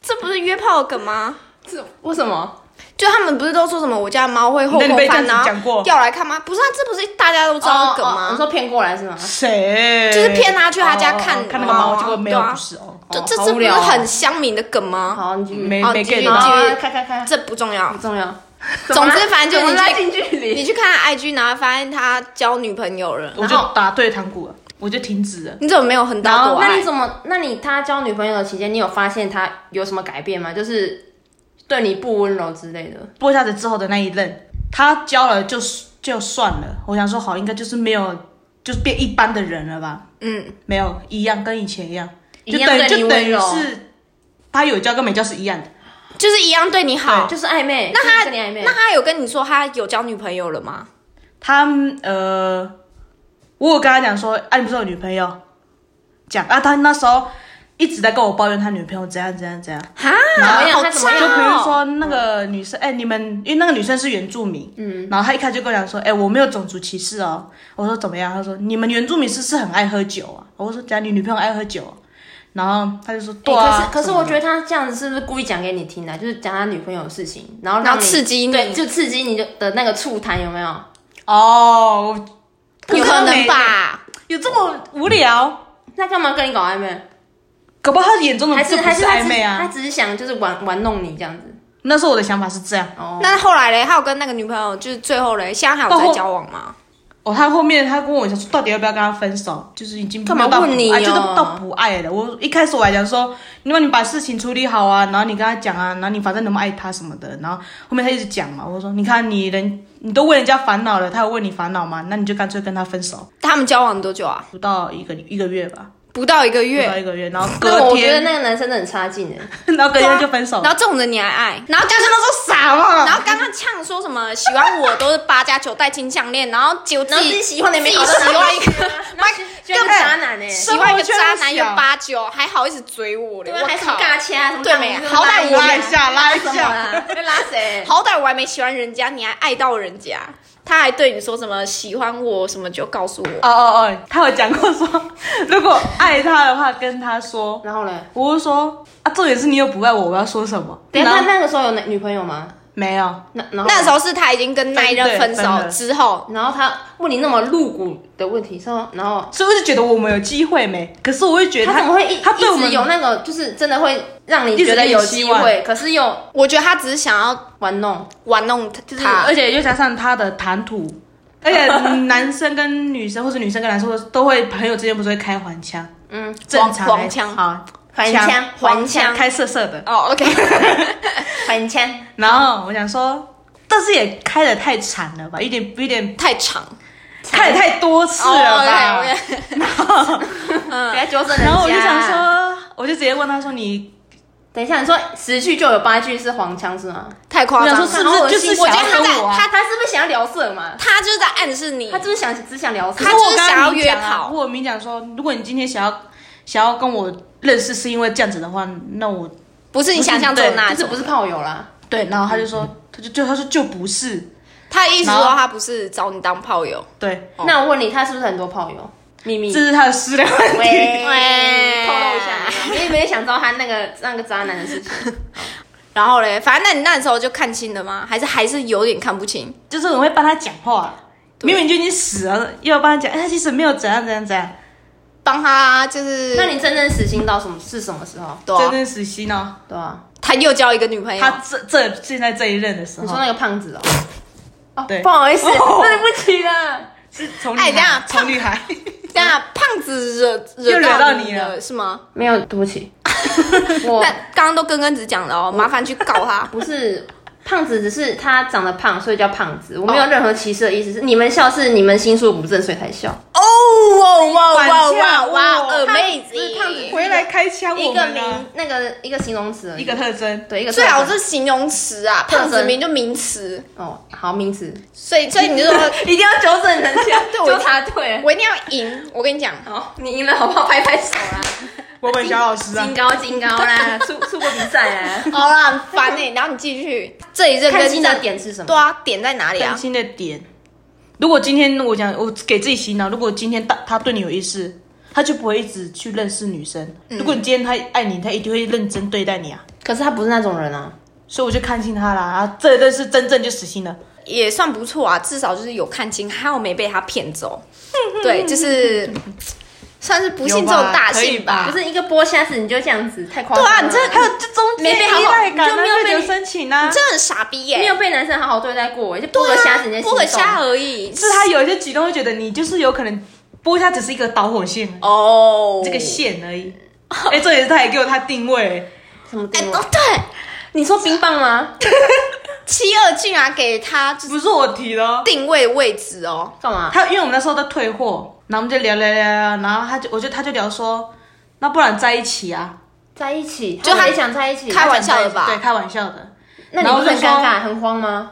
Speaker 3: 这不是约炮的梗吗？
Speaker 1: 是为什么？
Speaker 3: 就他们不是都说什么我家的猫会后
Speaker 2: 那
Speaker 3: 空
Speaker 2: 你被这
Speaker 3: 翻，
Speaker 2: 样子
Speaker 3: 然
Speaker 2: 讲
Speaker 3: 后
Speaker 2: 过
Speaker 3: 掉来看吗？不是、啊，这不是大家都知道的梗
Speaker 1: 哦哦你
Speaker 3: 吗？
Speaker 1: 说骗过来是吗？
Speaker 2: 谁？
Speaker 3: 就是骗他去他家
Speaker 2: 哦
Speaker 3: 看
Speaker 2: 哦看那个猫，
Speaker 3: 猫啊
Speaker 2: 结果没有，
Speaker 3: 对啊
Speaker 2: 不是哦，
Speaker 3: 这
Speaker 1: 哦
Speaker 3: 这
Speaker 1: 好
Speaker 3: 这
Speaker 1: 无
Speaker 3: 不是
Speaker 1: 聊哦
Speaker 3: 很乡民的梗吗？
Speaker 1: 好，你继续。
Speaker 2: 没
Speaker 3: 哦
Speaker 2: 没
Speaker 3: 继续
Speaker 2: get
Speaker 1: 好
Speaker 2: 到。
Speaker 1: 啊
Speaker 3: 继续
Speaker 1: 开开开，
Speaker 3: 这不重要
Speaker 1: 不，重要。
Speaker 3: 总之反正就
Speaker 1: 我们
Speaker 3: 你去
Speaker 1: 拉近距
Speaker 3: 你
Speaker 1: 离。
Speaker 3: 去看他 IG，然后发现他交女朋友了，
Speaker 2: 我
Speaker 1: 然后
Speaker 2: 就打对糖果了，我就停止了。
Speaker 3: 你怎么没有横
Speaker 1: 然
Speaker 3: 刀
Speaker 1: 后
Speaker 3: 夺
Speaker 1: 那
Speaker 3: 爱
Speaker 1: 你？怎么？那你他交女朋友的期间，你有发现他有什么改变吗？就是对你不温柔之类的。
Speaker 2: 播下子之后的那一任，他交了就就算了，我想说好，应该就是没有，就是变一般的人了吧？
Speaker 3: 嗯，
Speaker 2: 没有，一样跟以前一样，就
Speaker 1: 一样
Speaker 2: 等于
Speaker 1: 对你
Speaker 2: 就等
Speaker 1: 温
Speaker 2: 于
Speaker 1: 柔
Speaker 2: 是他有交跟没交是一样的。
Speaker 3: 就是一样对你好。
Speaker 1: 就是暧昧。
Speaker 3: 那他
Speaker 1: 就是跟你暧昧
Speaker 3: 那，他有跟你说他有交女朋友了吗？
Speaker 2: 他呃，我有跟他讲说，啊，你不是有女朋友？讲啊，他那时候一直在跟我抱怨他女朋友怎样怎样怎样，
Speaker 3: 哈，
Speaker 1: 啊怎么样
Speaker 3: 好
Speaker 1: 他怎么
Speaker 3: 差
Speaker 1: 样
Speaker 2: 就比
Speaker 3: 哦
Speaker 2: 如说那个女生，哎、你们因为那个女生是原住民，嗯，然后她一开始就跟我讲说，哎、我没有种族歧视哦。我说怎么样？她说你们原住民是不是很爱喝酒啊？我说讲你女朋友爱喝酒、哦然后她就说对啊，
Speaker 1: 欸可是可是
Speaker 2: 什么
Speaker 1: 我
Speaker 2: 的
Speaker 1: 觉得他这样子是不是故意讲给你听的、就是讲他女朋友的事情，然后
Speaker 3: 然
Speaker 1: 让
Speaker 3: 后
Speaker 1: 你
Speaker 3: 刺激
Speaker 1: 对，
Speaker 3: 你，
Speaker 1: 就刺激你的那个触谈有没有？
Speaker 2: 哦，我
Speaker 3: 不
Speaker 2: 知道
Speaker 3: 可能
Speaker 2: 没
Speaker 3: 吧？
Speaker 2: 有这么无聊？
Speaker 1: 那干嘛跟你搞暧昧？
Speaker 2: 搞不好她眼中的
Speaker 1: 还
Speaker 2: 这
Speaker 1: 是
Speaker 2: 不
Speaker 1: 还是他
Speaker 2: 暧
Speaker 1: 只
Speaker 2: 昧
Speaker 1: 他
Speaker 2: 啊。
Speaker 1: 只是想就是玩玩弄你这样子。
Speaker 2: 那时候我的想法是这样。
Speaker 1: 哦，
Speaker 3: 那后来嘞，他有跟那个女朋友，就是最后嘞，现在还有在交往吗？
Speaker 2: 哦，他后面他跟我讲说，到底要不要跟他分手？就是已经
Speaker 1: 干嘛
Speaker 2: 没有到
Speaker 1: 问你
Speaker 2: 不爱就是
Speaker 1: 哦
Speaker 2: 到不爱了。我一开始我还讲说，你把你把事情处理好啊，然后你跟他讲啊，然后你反正那么爱他什么的。然后后面他一直讲嘛，我说你看你人你都为人家烦恼了，他有为你烦恼吗？那你就干脆跟他分手。
Speaker 3: 他们交往多久啊？
Speaker 2: 不到一个一个月吧，
Speaker 3: 不到一个
Speaker 2: 不到
Speaker 3: 月，
Speaker 2: 一个月，然后
Speaker 1: 那
Speaker 2: 隔
Speaker 1: 我觉得
Speaker 2: 天，
Speaker 1: 那个男生真的很差劲
Speaker 2: [laughs]
Speaker 1: 哎。
Speaker 2: 然后隔
Speaker 3: 对啊
Speaker 2: 天就分手。
Speaker 3: 然后这种人你还爱，然后刚
Speaker 2: 真
Speaker 3: 刚。
Speaker 2: 的说傻嘛？
Speaker 3: 然后刚刚呛说什么喜欢我都是八加九戴金项链，然后结果自
Speaker 1: 然后自
Speaker 3: 己
Speaker 1: 己喜欢的也没
Speaker 3: 自
Speaker 1: 搞
Speaker 3: 己
Speaker 1: 到
Speaker 3: 喜欢一
Speaker 1: [laughs]
Speaker 3: 个，
Speaker 1: 妈，就
Speaker 2: 根本
Speaker 1: 渣男哎。
Speaker 3: 喜欢一个渣
Speaker 2: 生活
Speaker 3: 男
Speaker 2: 圈
Speaker 3: 有
Speaker 2: 小
Speaker 3: 八九，还好意思追我嘞，
Speaker 1: 对啊
Speaker 3: 我
Speaker 1: 吧？还什么
Speaker 3: 靠！
Speaker 1: 尬掐什么
Speaker 3: 对
Speaker 1: 大拇指？
Speaker 3: 没好歹我
Speaker 2: 拉一下拉一下
Speaker 1: 啊什么啊啦要拉谁？
Speaker 3: 好歹我还没喜欢人家，你还爱到人家，他还对你说什么喜欢我什么就告诉我，
Speaker 2: 哦哦哦，他有讲过说， [laughs] 如果爱他的话，跟他说。
Speaker 1: 然后呢？
Speaker 2: 我就说啊，重点是你又不爱我，我要说什么？
Speaker 1: 等一
Speaker 2: 然
Speaker 1: 下，
Speaker 2: 后
Speaker 1: 他那个时候有男女朋友吗？
Speaker 2: 没有，
Speaker 1: 那然后
Speaker 3: 那时候是他已经跟那一任分
Speaker 2: 分对分
Speaker 3: 手
Speaker 2: 了
Speaker 3: 之后，
Speaker 1: 然后他问你那么露骨的问题，说然后
Speaker 2: 所以我就觉得我们有机会没？可是我会觉得
Speaker 1: 他怎么会一
Speaker 2: 他对我
Speaker 1: 一
Speaker 2: 们
Speaker 1: 直有那个，就是真的会让你
Speaker 2: 一直
Speaker 1: 觉得
Speaker 2: 给你
Speaker 1: 有
Speaker 2: 希
Speaker 1: 机
Speaker 2: 望
Speaker 1: 会，可是又
Speaker 3: 我觉得他只是想要
Speaker 1: 玩弄，
Speaker 3: 玩弄他，
Speaker 2: 就是，而且又加上他的谈
Speaker 1: [laughs]
Speaker 2: 吐，而且男生跟女生或者女生跟男生都会朋友之间不是会开黄腔，
Speaker 1: 嗯，
Speaker 2: 正常
Speaker 3: 黄
Speaker 2: 来
Speaker 3: 腔
Speaker 2: 好
Speaker 1: 还
Speaker 2: 枪
Speaker 1: 枪，还枪，
Speaker 2: 开色色的。
Speaker 3: 哦，OK，
Speaker 1: 还枪，
Speaker 2: 然后我想说，但是也开的太惨了吧，有点有点
Speaker 3: 太长
Speaker 2: 开的太多次了吧。
Speaker 3: 哦，OK，OK
Speaker 1: 不要纠正
Speaker 2: [laughs]
Speaker 1: 人家。
Speaker 2: 然后我就想，
Speaker 1: [laughs]
Speaker 2: 说，我就直接问他说你
Speaker 1: 等一下，你说十句就有八句是黄腔是吗？
Speaker 3: 太夸张
Speaker 2: 我想
Speaker 3: 了
Speaker 2: 说。是不是就是
Speaker 3: 我觉得
Speaker 2: 想
Speaker 3: 他
Speaker 2: 要
Speaker 3: 在
Speaker 2: 跟我啊
Speaker 3: 他
Speaker 1: 他他是不是想要聊色嘛？
Speaker 3: 他就是在暗示你
Speaker 1: 他，是不是想只想聊色
Speaker 3: 他？就是想要约炮
Speaker 2: 如果明讲说，如果你今天想要想要跟我认识是因为这样子的话，那我
Speaker 3: 不是你想象中的那
Speaker 1: 就
Speaker 3: 种
Speaker 1: 是不是炮友啦？
Speaker 2: 对，然后他就说，他就就他说就不是，
Speaker 3: 他的意思
Speaker 2: 然
Speaker 3: 说
Speaker 2: 后
Speaker 3: 他不是找你当炮友，
Speaker 2: 对，
Speaker 3: 哦
Speaker 1: 那我问你，他是不是很多炮友？秘密
Speaker 2: 这。是他的私聊问题。
Speaker 1: [laughs] 喂
Speaker 3: 喂
Speaker 1: 透露一下，你有没有想知道他那个那个渣男的事情？
Speaker 3: 然后嘞，反正那你那时候就看清了吗？还是还是有点看不清？
Speaker 2: 就是很会帮他讲话，
Speaker 3: 对
Speaker 2: 明明就已经死了，又要帮他讲，哎，他其实没有怎样怎样怎样。
Speaker 3: 帮他就是
Speaker 1: 那你真正死心到什么是什么时候？
Speaker 3: 对啊
Speaker 2: 真正死心呢，
Speaker 1: 对啊，
Speaker 3: 他又交一个女朋友，
Speaker 2: 他这这现在这一任的时
Speaker 1: 你
Speaker 2: 候
Speaker 1: 说，那个胖子哦，哦
Speaker 2: 对
Speaker 1: 不好意思，
Speaker 2: 哦
Speaker 1: 对不起啦。
Speaker 2: 是从
Speaker 3: 哎等
Speaker 2: 女
Speaker 3: 一下
Speaker 2: 孩，从女孩，
Speaker 3: 那胖子惹惹
Speaker 2: 又惹
Speaker 3: 到
Speaker 2: 到
Speaker 3: 你
Speaker 2: 你
Speaker 3: 了
Speaker 2: 了
Speaker 3: 是吗？
Speaker 1: 没有，对不 [laughs] 起，我
Speaker 3: 那刚刚都跟根子讲了哦，麻烦去告他。
Speaker 1: 不是胖子，只是他长得胖，所以叫胖子。我没有任何歧视的意思，是你们笑是你们心术不正，所以才笑。
Speaker 3: 哦哇哇哇
Speaker 2: 管
Speaker 3: 哇
Speaker 2: 教
Speaker 3: 哇
Speaker 2: 我
Speaker 1: 胖子胖子
Speaker 3: ，amazing！
Speaker 2: 回来开枪
Speaker 1: 一
Speaker 2: 我
Speaker 1: 个啊
Speaker 2: 们啊
Speaker 1: 名，那个一个形容词而已，
Speaker 2: 一个特征，
Speaker 1: 对一个
Speaker 3: 最好
Speaker 1: 特征
Speaker 3: 是形容词啊，
Speaker 1: 特征
Speaker 3: 胖子名就名词，
Speaker 1: 哦，好名词，
Speaker 3: 所以所以你就说
Speaker 1: [laughs] 一定要纠正人家，
Speaker 3: 对我
Speaker 1: 纠察队。
Speaker 3: 我一定要赢。我跟你讲，
Speaker 1: 好，你赢了好不好？拍拍手啦，
Speaker 2: 我问小老师啊
Speaker 1: [laughs] 金，啊高金高啦，出出国比赛 [laughs] 啦。
Speaker 3: 好啦，很烦哎、 [laughs] 然后你继续，这一任
Speaker 1: 看
Speaker 3: 跟
Speaker 1: 新的点是什么？
Speaker 3: 对啊，点在哪里
Speaker 2: 担
Speaker 3: 啊？
Speaker 2: 心的点。如果今天我讲，我给自己洗脑，如果今天他他对你有意思，他就不会一直去认识女生。
Speaker 1: 嗯
Speaker 2: 如果你今天他爱你，他一定会认真对待你啊。
Speaker 1: 可是他不是那种人啊。
Speaker 2: 所以我就看清他啦，啊，这这是真正就死心了。
Speaker 3: 也算不错啊，至少就是有看清，还好没被他骗走。对，就是算是不幸中大幸吧
Speaker 1: 啊可。是一个剥虾子你就这样子，太夸张
Speaker 3: 对
Speaker 1: 了。
Speaker 3: 啊，你这
Speaker 2: 还有这中间
Speaker 1: 没被好好
Speaker 2: 依赖感
Speaker 1: 你就
Speaker 2: 啊，
Speaker 1: 没有被
Speaker 2: 被留申请啊
Speaker 3: 你。真的很傻逼耶、
Speaker 1: 没有被男生好好对待过，就剥
Speaker 3: 对
Speaker 1: 个
Speaker 3: 啊
Speaker 1: 虾子你就
Speaker 3: 剥个虾而已。
Speaker 2: 是他有一些举动会觉得你就是有可能播一下只是一个导火线，
Speaker 3: 哦，
Speaker 2: 这个线而已。
Speaker 1: 哦
Speaker 2: 哎，这也是他也给我他定位，
Speaker 1: 什么
Speaker 3: 哎、
Speaker 1: 定位
Speaker 3: 哦？对，
Speaker 1: 你说冰棒吗？
Speaker 3: 七二竟然给他就是
Speaker 2: 不是我提的哦。
Speaker 3: 定位位置哦，
Speaker 1: 干嘛？
Speaker 2: 他因为我们那时候在退货，然后我们就聊聊聊聊，然后他就我就他就聊说，那不然在一起啊？
Speaker 1: 在一起，
Speaker 3: 就他
Speaker 1: 也想在一起，
Speaker 3: 开玩笑的吧
Speaker 2: 对，开玩笑的，
Speaker 1: 那你
Speaker 2: 然
Speaker 1: 不
Speaker 2: 后
Speaker 1: 是很
Speaker 2: 就说
Speaker 1: 尴尬、很慌吗？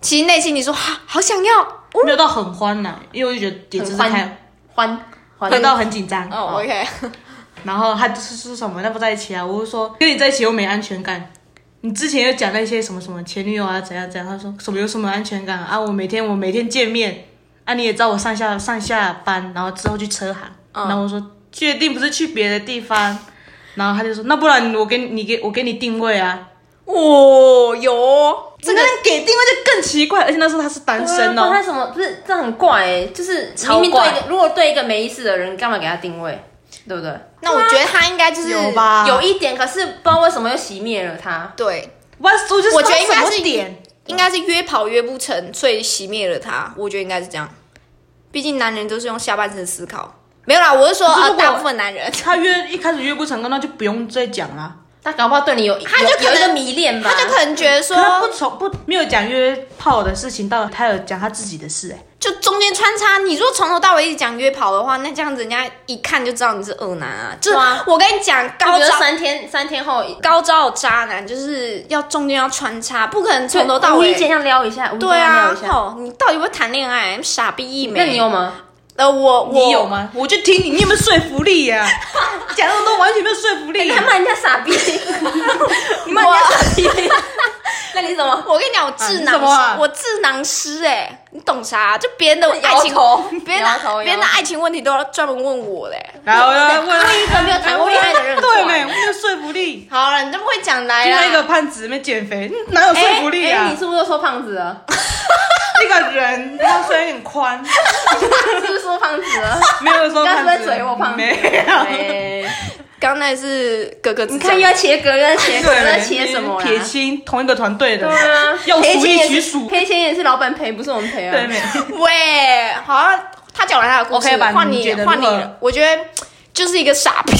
Speaker 3: 其实内心你说好好想要
Speaker 2: 没有到很欢呐、因为我就觉得也只是
Speaker 1: 很欢啊
Speaker 2: 开，
Speaker 1: 欢欢
Speaker 2: 没有到很紧张。
Speaker 3: 哦哦，OK，
Speaker 2: 然后他就是说什么那不在一起啊，我就说跟你在一起又没安全感。你之前又讲那些什么什么前女友啊怎样怎样，他说什么有什么安全感啊？啊我每天我每天见面，啊你也知道我上下上下班，然后之后去车行，然后我说确定不是去别的地方，然后他就说那不然我给你你给我给你定位啊，
Speaker 3: 哦，有哦
Speaker 2: 这个人给定位就更奇怪，而且那时候他是单身
Speaker 1: 不
Speaker 2: 哦
Speaker 1: 然，他什么不是这很怪哎、就是
Speaker 2: 超
Speaker 1: 明明对一
Speaker 2: 怪
Speaker 1: 个如果对一个没意思的人，干嘛给他定位，对不对？
Speaker 3: 那我觉得他应该就是
Speaker 2: 有吧？
Speaker 1: 有一点，可是不知道为什么又熄灭了他。
Speaker 3: 对，
Speaker 2: 我我就
Speaker 3: 我觉得应
Speaker 2: 什
Speaker 3: 该
Speaker 2: 么
Speaker 3: 是
Speaker 2: 点，
Speaker 3: 应该是约跑约不成，所以熄灭了他。我觉得应该是这样，毕竟男人都是用下半身思考。没有啦，我是说
Speaker 2: 可是
Speaker 3: 呃，
Speaker 2: 如果
Speaker 3: 大部分男人，
Speaker 2: 他约一开始约不成功，那就不用再讲了。
Speaker 1: 他搞不好对你有，
Speaker 3: 他就
Speaker 1: 有
Speaker 3: 可能
Speaker 1: 有一个迷恋吧，
Speaker 3: 他就可能觉得说
Speaker 1: 啊
Speaker 2: [laughs] 可，他不从不没有讲约炮的事情，到他有讲他自己的事、哎，
Speaker 3: 就中间穿插。你如果从头到尾一直讲约跑的话，那这样子人家一看就知道你是恶男啊。就是
Speaker 1: 对啊
Speaker 3: 我跟你讲，高
Speaker 1: 我觉得
Speaker 3: 招
Speaker 1: 三天三天后，
Speaker 3: 高招的渣男就是要中间要穿插，不可能从头到
Speaker 1: 无意
Speaker 3: 尾。
Speaker 1: 间这样撩一下，无意间
Speaker 3: 对
Speaker 1: 这样
Speaker 3: 啊
Speaker 1: 撩一，下。
Speaker 3: 哦，你到底会不会谈恋爱？傻逼一枚。
Speaker 1: 那你有？吗？
Speaker 3: 呃，我我
Speaker 2: 你有？吗？我就听你，你有没有说服力
Speaker 1: [laughs]
Speaker 2: 呀、讲那么多完全没有说服力。
Speaker 1: 哎他骂人家 [laughs] 傻逼，你骂人家傻逼， [laughs] 那你怎么？
Speaker 3: 我跟你讲，我智
Speaker 2: 啊你什
Speaker 3: 囊师，
Speaker 2: 么啊
Speaker 3: 我智囊师哎、你懂啥、就别人的爱情
Speaker 1: 摇头，
Speaker 3: 别人
Speaker 1: 摇头摇头
Speaker 3: 的别人的爱情问题都要专门问我嘞、
Speaker 2: 然后呢，问
Speaker 1: 问一个没有谈过恋爱的人，
Speaker 2: 对没？没有说服力。
Speaker 3: 好了，你这么会讲来
Speaker 2: 就
Speaker 3: 啦
Speaker 2: 那个胖子没减肥，嗯哪有说服力
Speaker 1: 哎，
Speaker 2: 啊
Speaker 1: 你？是不是又说胖子 [laughs] 了？
Speaker 2: 那个人他虽然有点
Speaker 1: [laughs]
Speaker 2: 宽，
Speaker 1: 是不是说胖子了？
Speaker 2: 没有说
Speaker 1: 你刚
Speaker 2: 胖
Speaker 1: 才
Speaker 2: 子。
Speaker 1: 是不是嘴我胖子
Speaker 2: 没有。
Speaker 1: 哎
Speaker 3: 刚才是哥哥
Speaker 1: [laughs] 你
Speaker 3: 你
Speaker 1: 看又要切割，又要切割，又
Speaker 2: 对
Speaker 1: 要，切什么啦？啊
Speaker 2: 撇清同一个团队的，
Speaker 1: 对啊，
Speaker 2: 要
Speaker 1: 赔
Speaker 2: 数
Speaker 1: 钱
Speaker 2: 一
Speaker 1: 也
Speaker 2: 取
Speaker 1: 是
Speaker 2: 数。
Speaker 1: 赔钱也是老板赔，不是我们赔啊。
Speaker 2: 对没？
Speaker 3: 喂，好、啊，他讲完他的故事
Speaker 2: OK 吧
Speaker 3: 换
Speaker 2: 你觉得
Speaker 3: 换你
Speaker 2: 如何
Speaker 3: 了。我觉得就是一个傻逼，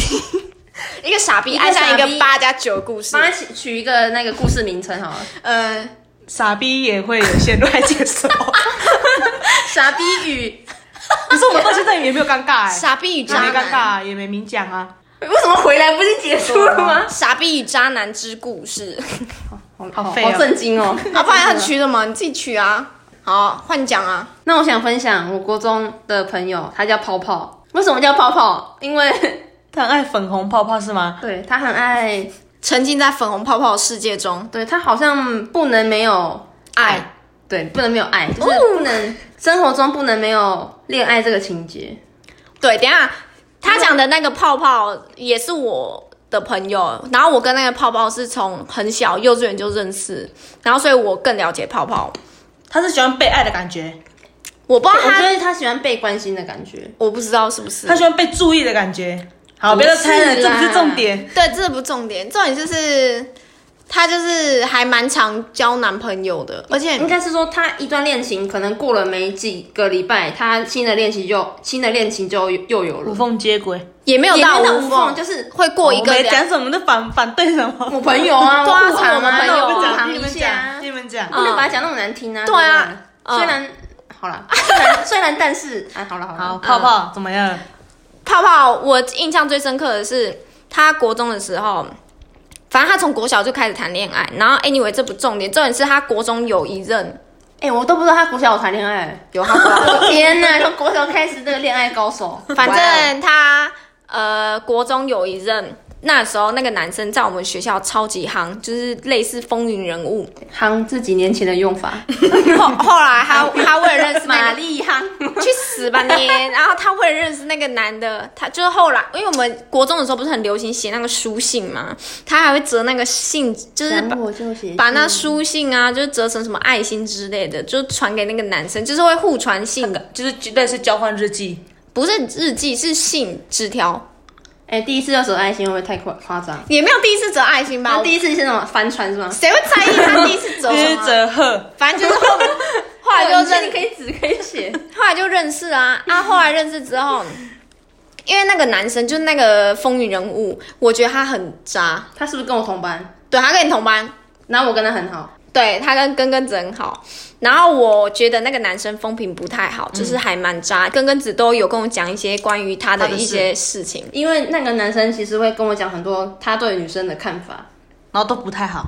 Speaker 3: [laughs] 一个傻逼
Speaker 1: 一个
Speaker 3: 爱上一
Speaker 1: 傻
Speaker 3: 个
Speaker 1: 逼
Speaker 3: 八加九的故事
Speaker 1: 帮。他取取一个那个故事名称
Speaker 2: [laughs]
Speaker 1: 好了，
Speaker 3: 嗯、
Speaker 2: 傻逼也会有陷入爱接受，
Speaker 1: [laughs] 傻逼与
Speaker 2: 可是我们到现在也没有尴尬哎、
Speaker 3: 傻逼与
Speaker 2: 也
Speaker 3: 渣
Speaker 2: 没尴尬、
Speaker 3: 男，
Speaker 2: 也没明讲啊，
Speaker 1: 为什么回来不是结束了吗？
Speaker 3: 傻逼与渣男之故事。
Speaker 2: 好废
Speaker 1: 好
Speaker 2: 哦、
Speaker 1: 震
Speaker 2: [laughs]
Speaker 1: 惊哦！
Speaker 3: [laughs] 啊，不然他取什么？你自己取啊。好，换你讲啊。
Speaker 1: 那我想分享我国中的朋友，他叫泡泡。为什么叫泡泡？因为 [laughs]
Speaker 2: 他很爱粉红泡泡是吗？
Speaker 1: 对他很爱，
Speaker 3: 沉浸在粉红泡泡的世界中，
Speaker 1: 对他好像不能没有
Speaker 3: 爱
Speaker 1: 对，不能没有爱，就是不能、
Speaker 3: 哦
Speaker 1: [laughs] 生活中不能没有恋爱这个情节。
Speaker 3: 对，等一下他讲的那个泡泡也是我的朋友，然后我跟那个泡泡是从很小幼稚园就认识，然后所以我更了解泡泡。
Speaker 2: 他是喜欢被爱的感觉，
Speaker 3: 我不知道
Speaker 1: 我觉
Speaker 3: 他，
Speaker 1: 得他喜欢被关心的感觉。
Speaker 3: 我不知道是不是
Speaker 2: 他。喜欢被注意的感觉。好，不要再猜了，
Speaker 1: 不是
Speaker 2: 这
Speaker 1: 啦
Speaker 2: 不是重点。
Speaker 3: 对，这不重点，重点就是他就是还蛮常交男朋友的，而且
Speaker 1: 应该是说，他一段恋情可能过了没几个礼拜，他新的恋情就新的恋情就又有
Speaker 2: 无
Speaker 1: 了，
Speaker 2: 缝接轨，
Speaker 3: 也没有
Speaker 1: 也
Speaker 3: 到
Speaker 1: 没有
Speaker 3: 无
Speaker 1: 无
Speaker 3: 缝，
Speaker 1: 缝就是
Speaker 3: 会过一个
Speaker 2: 我没
Speaker 3: 两
Speaker 2: 讲什么都反反对什么。
Speaker 1: 我朋
Speaker 2: [laughs]
Speaker 1: 友啊，
Speaker 3: [laughs] 对啊
Speaker 1: 我护航啊，
Speaker 3: 是我
Speaker 1: 那
Speaker 3: 的朋
Speaker 1: 我
Speaker 3: 友
Speaker 1: 护
Speaker 3: 啊
Speaker 1: 航
Speaker 2: 你
Speaker 1: 一
Speaker 2: 们
Speaker 1: 下
Speaker 2: 讲，
Speaker 1: 啊，
Speaker 2: 你们讲
Speaker 3: 嗯，
Speaker 1: 不能把它讲那么难听啊。
Speaker 3: 对啊
Speaker 1: 对不对虽然好了，虽然 [laughs] 虽然但是，哎，好了好
Speaker 2: 好
Speaker 1: 了，
Speaker 2: 泡泡怎么样？
Speaker 3: 泡泡，我印象最深刻的是他国中的时候，反正他从国小就开始谈恋爱，然后 anyway 这不重点，重点是他国中有一任
Speaker 1: 哎，我都不知道他国小有谈恋爱，
Speaker 3: 有他国小，
Speaker 1: 我天哪，从国小开始这个恋爱高手，
Speaker 3: 反
Speaker 1: 哇哦
Speaker 3: 正他呃国中有一任，那时候那个男生在我们学校超级夯，就是类似风云人物。 [laughs]
Speaker 1: 夯是几年前的用法，
Speaker 3: 后后来他他为了认识那
Speaker 1: [laughs] 玛
Speaker 3: 个
Speaker 1: 丽夯，
Speaker 3: 去死吧你！然后他为了认识那个男的，他就是后来，因为我们国中的时候不是很流行写那个书信嘛，他还会折那个信，就是把
Speaker 1: 想我就写
Speaker 3: 把那书信啊，就是折成什么爱心之类的，就传给那个男生，就是会互传信的，
Speaker 2: 就是类似交换日记，
Speaker 3: 不是日记，是信纸条，
Speaker 1: 哎，第一次要折爱心会不会太夸夸张？
Speaker 3: 也没有第一次折爱心吧
Speaker 1: 那？第一次是那种帆船是吗？
Speaker 3: 谁会在意他第一次折啊
Speaker 2: [laughs] 就
Speaker 3: 什
Speaker 2: 是
Speaker 3: 么？
Speaker 2: 折贺。
Speaker 3: 反正就是后后来就认
Speaker 1: [laughs] 你可以指可以写，
Speaker 3: 后来就认识啊，啊，后来认识之后，因为那个男生就是那个风云人物，我觉得他很渣，
Speaker 1: [laughs] 他是不是跟我同班？
Speaker 3: 对他跟你同班，
Speaker 1: 然后我跟他很好，
Speaker 3: 对他跟根根子很好，然后我觉得那个男生风评不太好，就是还蛮渣。根根子都有跟我讲一些关于他的
Speaker 2: 他的
Speaker 3: 一
Speaker 2: 事
Speaker 3: 些事情，
Speaker 1: 因为那个男生其实会跟我讲很多他对女生的看法，
Speaker 2: 然后都不太好，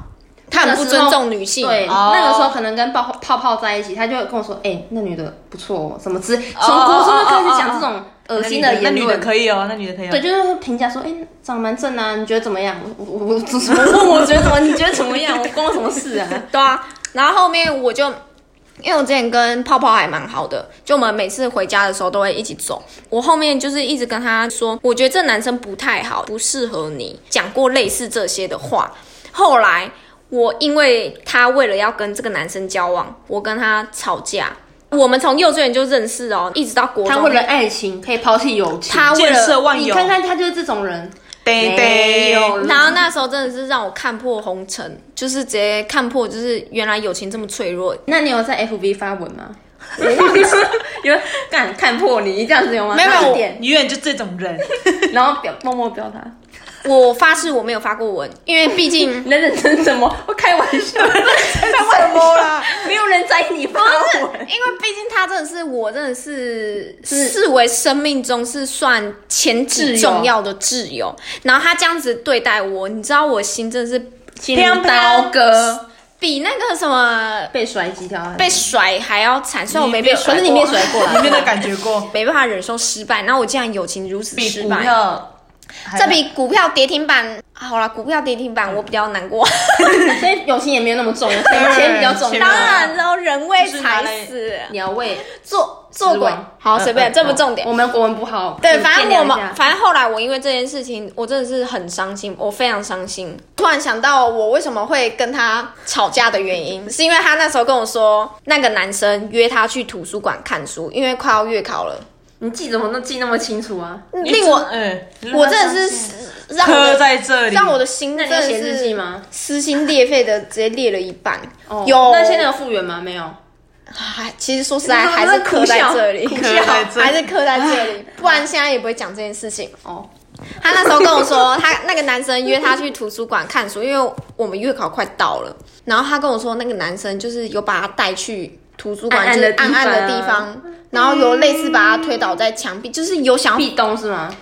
Speaker 3: 他很
Speaker 1: 那
Speaker 3: 不
Speaker 1: 个时
Speaker 3: 尊
Speaker 1: 候
Speaker 3: 重女性。
Speaker 1: 对，
Speaker 2: 哦
Speaker 1: 那个时候可能跟泡泡泡在一起，他就会跟我说：“哎、那女的不错哦，什么之。”从
Speaker 2: 哦
Speaker 1: 国中就开始讲这种恶心的
Speaker 2: 那
Speaker 1: 言
Speaker 2: 女的
Speaker 1: 论。
Speaker 2: 可以哦，那女的可以哦。
Speaker 1: 对，就是评价说，哎、长得蛮正啊，你觉得怎么样？我我我我问我觉 [laughs] 得怎么？你觉得怎么样？我关我什么事
Speaker 3: [laughs]
Speaker 1: 啊？
Speaker 3: 对啊，然后后面我就，因为我之前跟泡泡还蛮好的，就我们每次回家的时候都会一起走。我后面就是一直跟他说，我觉得这男生不太好，不适合你，讲过类似这些的话。后来我因为他为了要跟这个男生交往，我跟他吵架。我们从幼稚园就认识哦，一直到国中。
Speaker 1: 他为了爱情可以抛弃友情，
Speaker 3: 他为
Speaker 2: 见色
Speaker 3: 了
Speaker 2: 忘
Speaker 1: 你
Speaker 2: 友，
Speaker 1: 看看他就是这种人，
Speaker 2: 对对，
Speaker 1: 有人
Speaker 3: 然后那时候真的是让我看破红尘，就是直接看破，就是原来友情这么脆弱。
Speaker 1: 那你有在 FB 发文
Speaker 3: [laughs]
Speaker 1: 吗？ [laughs] 有敢看破你这样子有吗？
Speaker 3: 没有
Speaker 1: 差
Speaker 3: 没有
Speaker 1: 点，
Speaker 2: 永远就这种人，
Speaker 1: 然后表默默表达，
Speaker 3: 我发誓我没有发过文，因为毕竟
Speaker 1: 你在认真什么？我开玩
Speaker 3: [laughs]
Speaker 1: 笑，
Speaker 2: 什么 [laughs] 啦？
Speaker 1: 没有人在意你发文。
Speaker 3: 因为毕竟他真的是我真的是视为生命中是算前几重要的挚友，然后他这样子对待我，你知道我心真的是
Speaker 1: 心如刀割，
Speaker 3: 比那个什么
Speaker 1: 被甩几条，啊
Speaker 3: 被甩还要惨，虽然我没被
Speaker 1: 可
Speaker 3: 甩，啊
Speaker 1: 是你没甩，过
Speaker 2: 你
Speaker 1: 来，
Speaker 2: 真的感觉过？
Speaker 3: 没办法忍受失败，然后我竟然友情如此
Speaker 2: 比
Speaker 3: 失
Speaker 2: 股
Speaker 3: 败，
Speaker 2: 票还
Speaker 3: 这比股票跌停板好啦，股票跌停板我比较难过，
Speaker 1: 所以友情也没有那么重要，钱钱比较
Speaker 3: [laughs]
Speaker 1: 重
Speaker 2: 钱比
Speaker 1: 要
Speaker 2: 较
Speaker 3: 当
Speaker 2: 重。要
Speaker 3: 然喽，人为
Speaker 2: 就是拿来
Speaker 3: 财死，
Speaker 1: [laughs] 你要为
Speaker 3: 做做鬼
Speaker 1: 失望
Speaker 3: 好随便，这不重点。
Speaker 1: 我们国文不好，
Speaker 3: 对，
Speaker 1: 你
Speaker 3: 反正
Speaker 1: 见谅
Speaker 3: 我
Speaker 1: 一下
Speaker 3: 们，反正后来我因为这件事情，我真的是很伤心，我非常伤心。突然想到我为什么会跟他吵架的原因，是因为他那时候跟我说，那个男生约他去图书馆看书，因为快要月考了，
Speaker 1: 你记怎么能记那么清楚啊？
Speaker 2: 你
Speaker 3: 令我
Speaker 2: 嗯，
Speaker 3: 我真的是让我
Speaker 2: 磕
Speaker 3: 的
Speaker 2: 在这里，
Speaker 3: 让我的心
Speaker 1: 那
Speaker 3: 真
Speaker 1: 你有
Speaker 3: 的
Speaker 1: 写日记
Speaker 3: 是
Speaker 1: 吗？
Speaker 3: 撕心裂肺的，直接裂了一半。
Speaker 1: 哦
Speaker 3: 有，
Speaker 1: 那现在有复原吗？没有。
Speaker 3: 还其实说实在还是磕在这
Speaker 2: [laughs]
Speaker 3: 里，
Speaker 1: 苦
Speaker 2: 笑磕在这里
Speaker 3: 还是磕在这
Speaker 1: [laughs]
Speaker 3: 里，不然现在也不会讲这件事情。
Speaker 1: 哦，
Speaker 3: 他那时候跟我说，他那个男生约他去图书馆看书，因为我们月考快到了。然后他跟我说，那个男生就是有把他带去图书馆，
Speaker 1: 暗暗
Speaker 3: 就是
Speaker 1: 的
Speaker 3: 暗暗的
Speaker 1: 地
Speaker 3: 地
Speaker 1: 方
Speaker 3: 方，然后有类似把他推倒在墙壁，就是有想要
Speaker 1: 壁咚是吗？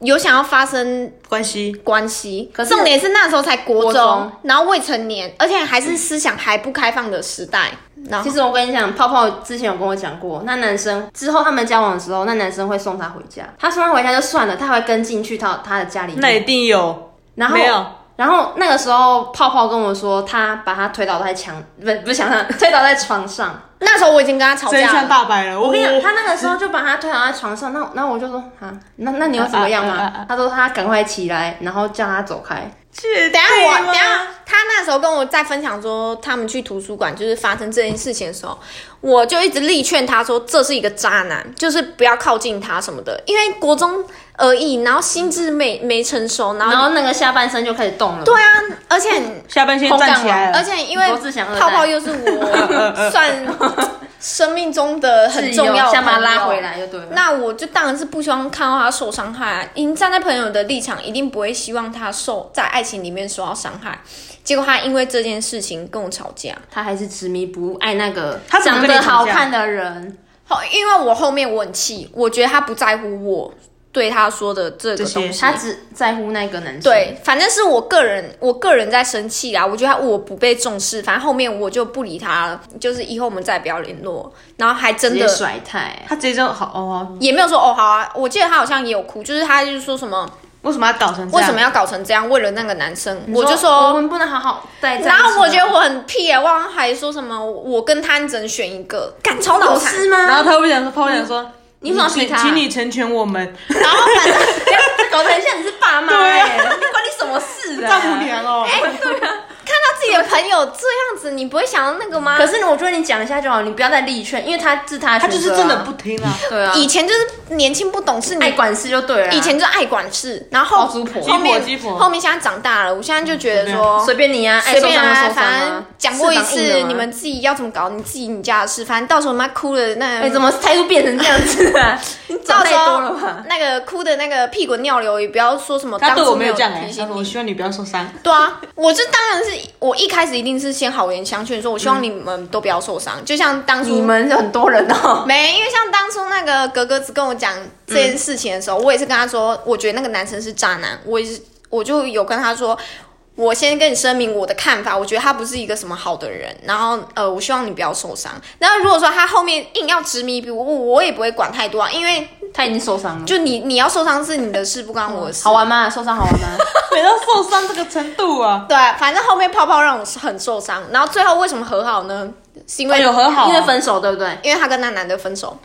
Speaker 3: 有想要发生
Speaker 2: 关系
Speaker 3: 关系。
Speaker 1: 可是
Speaker 3: 重点是那时候才国
Speaker 1: 国中
Speaker 3: 中，然后未成年，而且还是思想还不开放的时代。然
Speaker 1: 其
Speaker 3: 后
Speaker 1: 实我跟你讲，泡泡之前有跟我讲过，那男生之后他们交往的时候，那男生会送她回家，他送她回家就算了，他还会跟进去他他的家里面。
Speaker 2: 那一定有，
Speaker 1: 然后
Speaker 2: 没有？
Speaker 1: 然后那个时候，泡泡跟我说，他把他推倒在墙，不是不是墙上， [laughs] 推倒在床上。
Speaker 3: 那时候我已经跟他吵
Speaker 2: 真
Speaker 3: 架
Speaker 2: 相
Speaker 3: 了。
Speaker 2: 大白了。
Speaker 1: 我
Speaker 2: 我
Speaker 1: 跟你
Speaker 3: 哦
Speaker 1: 讲，他那个时候就把他推倒在床上，那那我就说啊，那那你要怎么样嘛？
Speaker 2: 啊啊啊啊
Speaker 1: 他说他赶快起来，然后叫他走开。
Speaker 2: 确定
Speaker 3: 等一下我
Speaker 2: 吗
Speaker 3: 等一下，他那时候跟我在分享说他们去图书馆就是发生这件事情的时候，我就一直力劝他说这是一个渣男，就是不要靠近他什么的，因为国中而已，然后心智没没成熟，然
Speaker 1: 然
Speaker 3: 后
Speaker 1: 后那个下半身就开始动了。
Speaker 3: 对啊，而且
Speaker 2: 下半身站起来
Speaker 3: 而
Speaker 2: 了，
Speaker 3: 且因为
Speaker 1: 罗志祥二代
Speaker 3: 泡泡又是我算生命中的很重要的
Speaker 1: 想把他
Speaker 3: 朋友
Speaker 1: 拉回。来就对了。
Speaker 3: 那我就当然是不希望看到他受伤害、啊。因站在朋友的立场，一定不会希望他受在爱情里面受到伤害。结果他因为这件事情跟我吵架，
Speaker 1: 他还是执迷不悟爱那个
Speaker 2: 他怎么
Speaker 1: 长
Speaker 2: 跟你
Speaker 1: 得好
Speaker 2: 吵架
Speaker 1: 看的人，
Speaker 3: 好，因为我后面我很气，我觉得他不在乎我对他说的这个
Speaker 2: 这些
Speaker 3: 东西
Speaker 1: 他。只在乎那个男生。，
Speaker 3: 对，反正是我个人，我个人在生气啦。我觉得他我不被重视，反正后面我就不理他了，就是以后我们再也不要联络。然后还真
Speaker 1: 直
Speaker 3: 的
Speaker 1: 接甩态。
Speaker 2: 他直接就好哦。
Speaker 3: 也没有说哦好啊，我记得他好像也有哭，就是他就是说什么
Speaker 2: 为什么要搞成这样？
Speaker 3: 为什么要搞成这样，为了那个男生，
Speaker 1: 啊你
Speaker 3: 我就
Speaker 1: 我
Speaker 3: 说。
Speaker 1: 们不能好好在在一起吗。
Speaker 3: 然后我觉得我很屁啊，忘还说什么我跟他只能选一个，敢超脑
Speaker 1: 有
Speaker 3: 残。
Speaker 1: 事哦吗？
Speaker 2: 然后他会想说，他会想说，
Speaker 1: 你怎么娶
Speaker 2: 请
Speaker 1: 她
Speaker 2: 请你成全我们
Speaker 3: 然后反正
Speaker 1: 搞成像你是爸妈
Speaker 2: 对
Speaker 1: 哎，
Speaker 2: 啊
Speaker 1: 你管你什么事啊？
Speaker 2: 丈母。娘哦。
Speaker 3: 哎看到自己的朋友这样子，你不会想到那个吗？
Speaker 1: 可是我觉得你讲一下就好，你不要再力劝，因为他是他的
Speaker 2: [laughs] 他
Speaker 1: 选择
Speaker 2: 就是
Speaker 1: 啊，
Speaker 2: 真的不听啊，
Speaker 1: 对啊，
Speaker 3: 以前就是年轻不懂事，
Speaker 1: 爱
Speaker 3: 你
Speaker 1: 管事就对了啊。
Speaker 3: 以前就爱管事，然后
Speaker 1: 包租婆
Speaker 3: 后面
Speaker 2: 鸡婆鸡婆
Speaker 3: 后面现在长大了，我现在就觉得说。
Speaker 1: 随便你啊，爱
Speaker 3: 随
Speaker 1: 受
Speaker 3: 便
Speaker 1: 伤就
Speaker 3: 啊，
Speaker 1: 受伤
Speaker 3: 反正
Speaker 1: 啊。
Speaker 3: 讲过一
Speaker 1: 翅膀硬
Speaker 3: 次
Speaker 1: 的，嘛
Speaker 3: 你们自己要怎么搞，你自己你家的事。反正到时候妈哭了，那
Speaker 1: 哎，怎么态度变成这样子啊？
Speaker 3: [laughs]
Speaker 1: 你
Speaker 3: 嗯到
Speaker 1: 长太
Speaker 3: 时
Speaker 1: 多了
Speaker 3: 候
Speaker 1: 吧？
Speaker 3: 那个哭的那个屁滚尿流，也不要说什么
Speaker 2: 他
Speaker 3: [laughs] 当
Speaker 2: 对我
Speaker 3: 初
Speaker 2: 没有
Speaker 3: 有
Speaker 2: 这样哎、
Speaker 3: 提
Speaker 2: 他
Speaker 3: 醒
Speaker 2: 说我
Speaker 3: 你。
Speaker 2: 希望你不要受伤。 [laughs]
Speaker 3: 对啊，我这当然是我一开始一定是先好言相劝，说我希望你们都不要受伤。就像当初
Speaker 1: 你们是很多人哦。
Speaker 3: 没，因为像当初那个格格子跟我讲这件事情的时候，我也是跟他说，我觉得那个男生是渣男，我也是，我就有跟他说。我先跟你声明我的看法，我觉得他不是一个什么好的人，然后呃，我希望你不要受伤。然后如果说他后面硬要执迷不悟，我也不会管太多啊，因为
Speaker 1: 他已经受伤了。
Speaker 3: 就你你要受伤是你的事，不关我的事。啊
Speaker 1: 好玩啊吗？受伤好玩吗？
Speaker 2: 美到受伤这个程度啊！
Speaker 3: 对，反正后面泡泡让我很受伤，然后最后为什么和好呢？是因为、
Speaker 2: 哎有和好
Speaker 1: 因为分手对不对？
Speaker 3: 因为他跟那男的分手，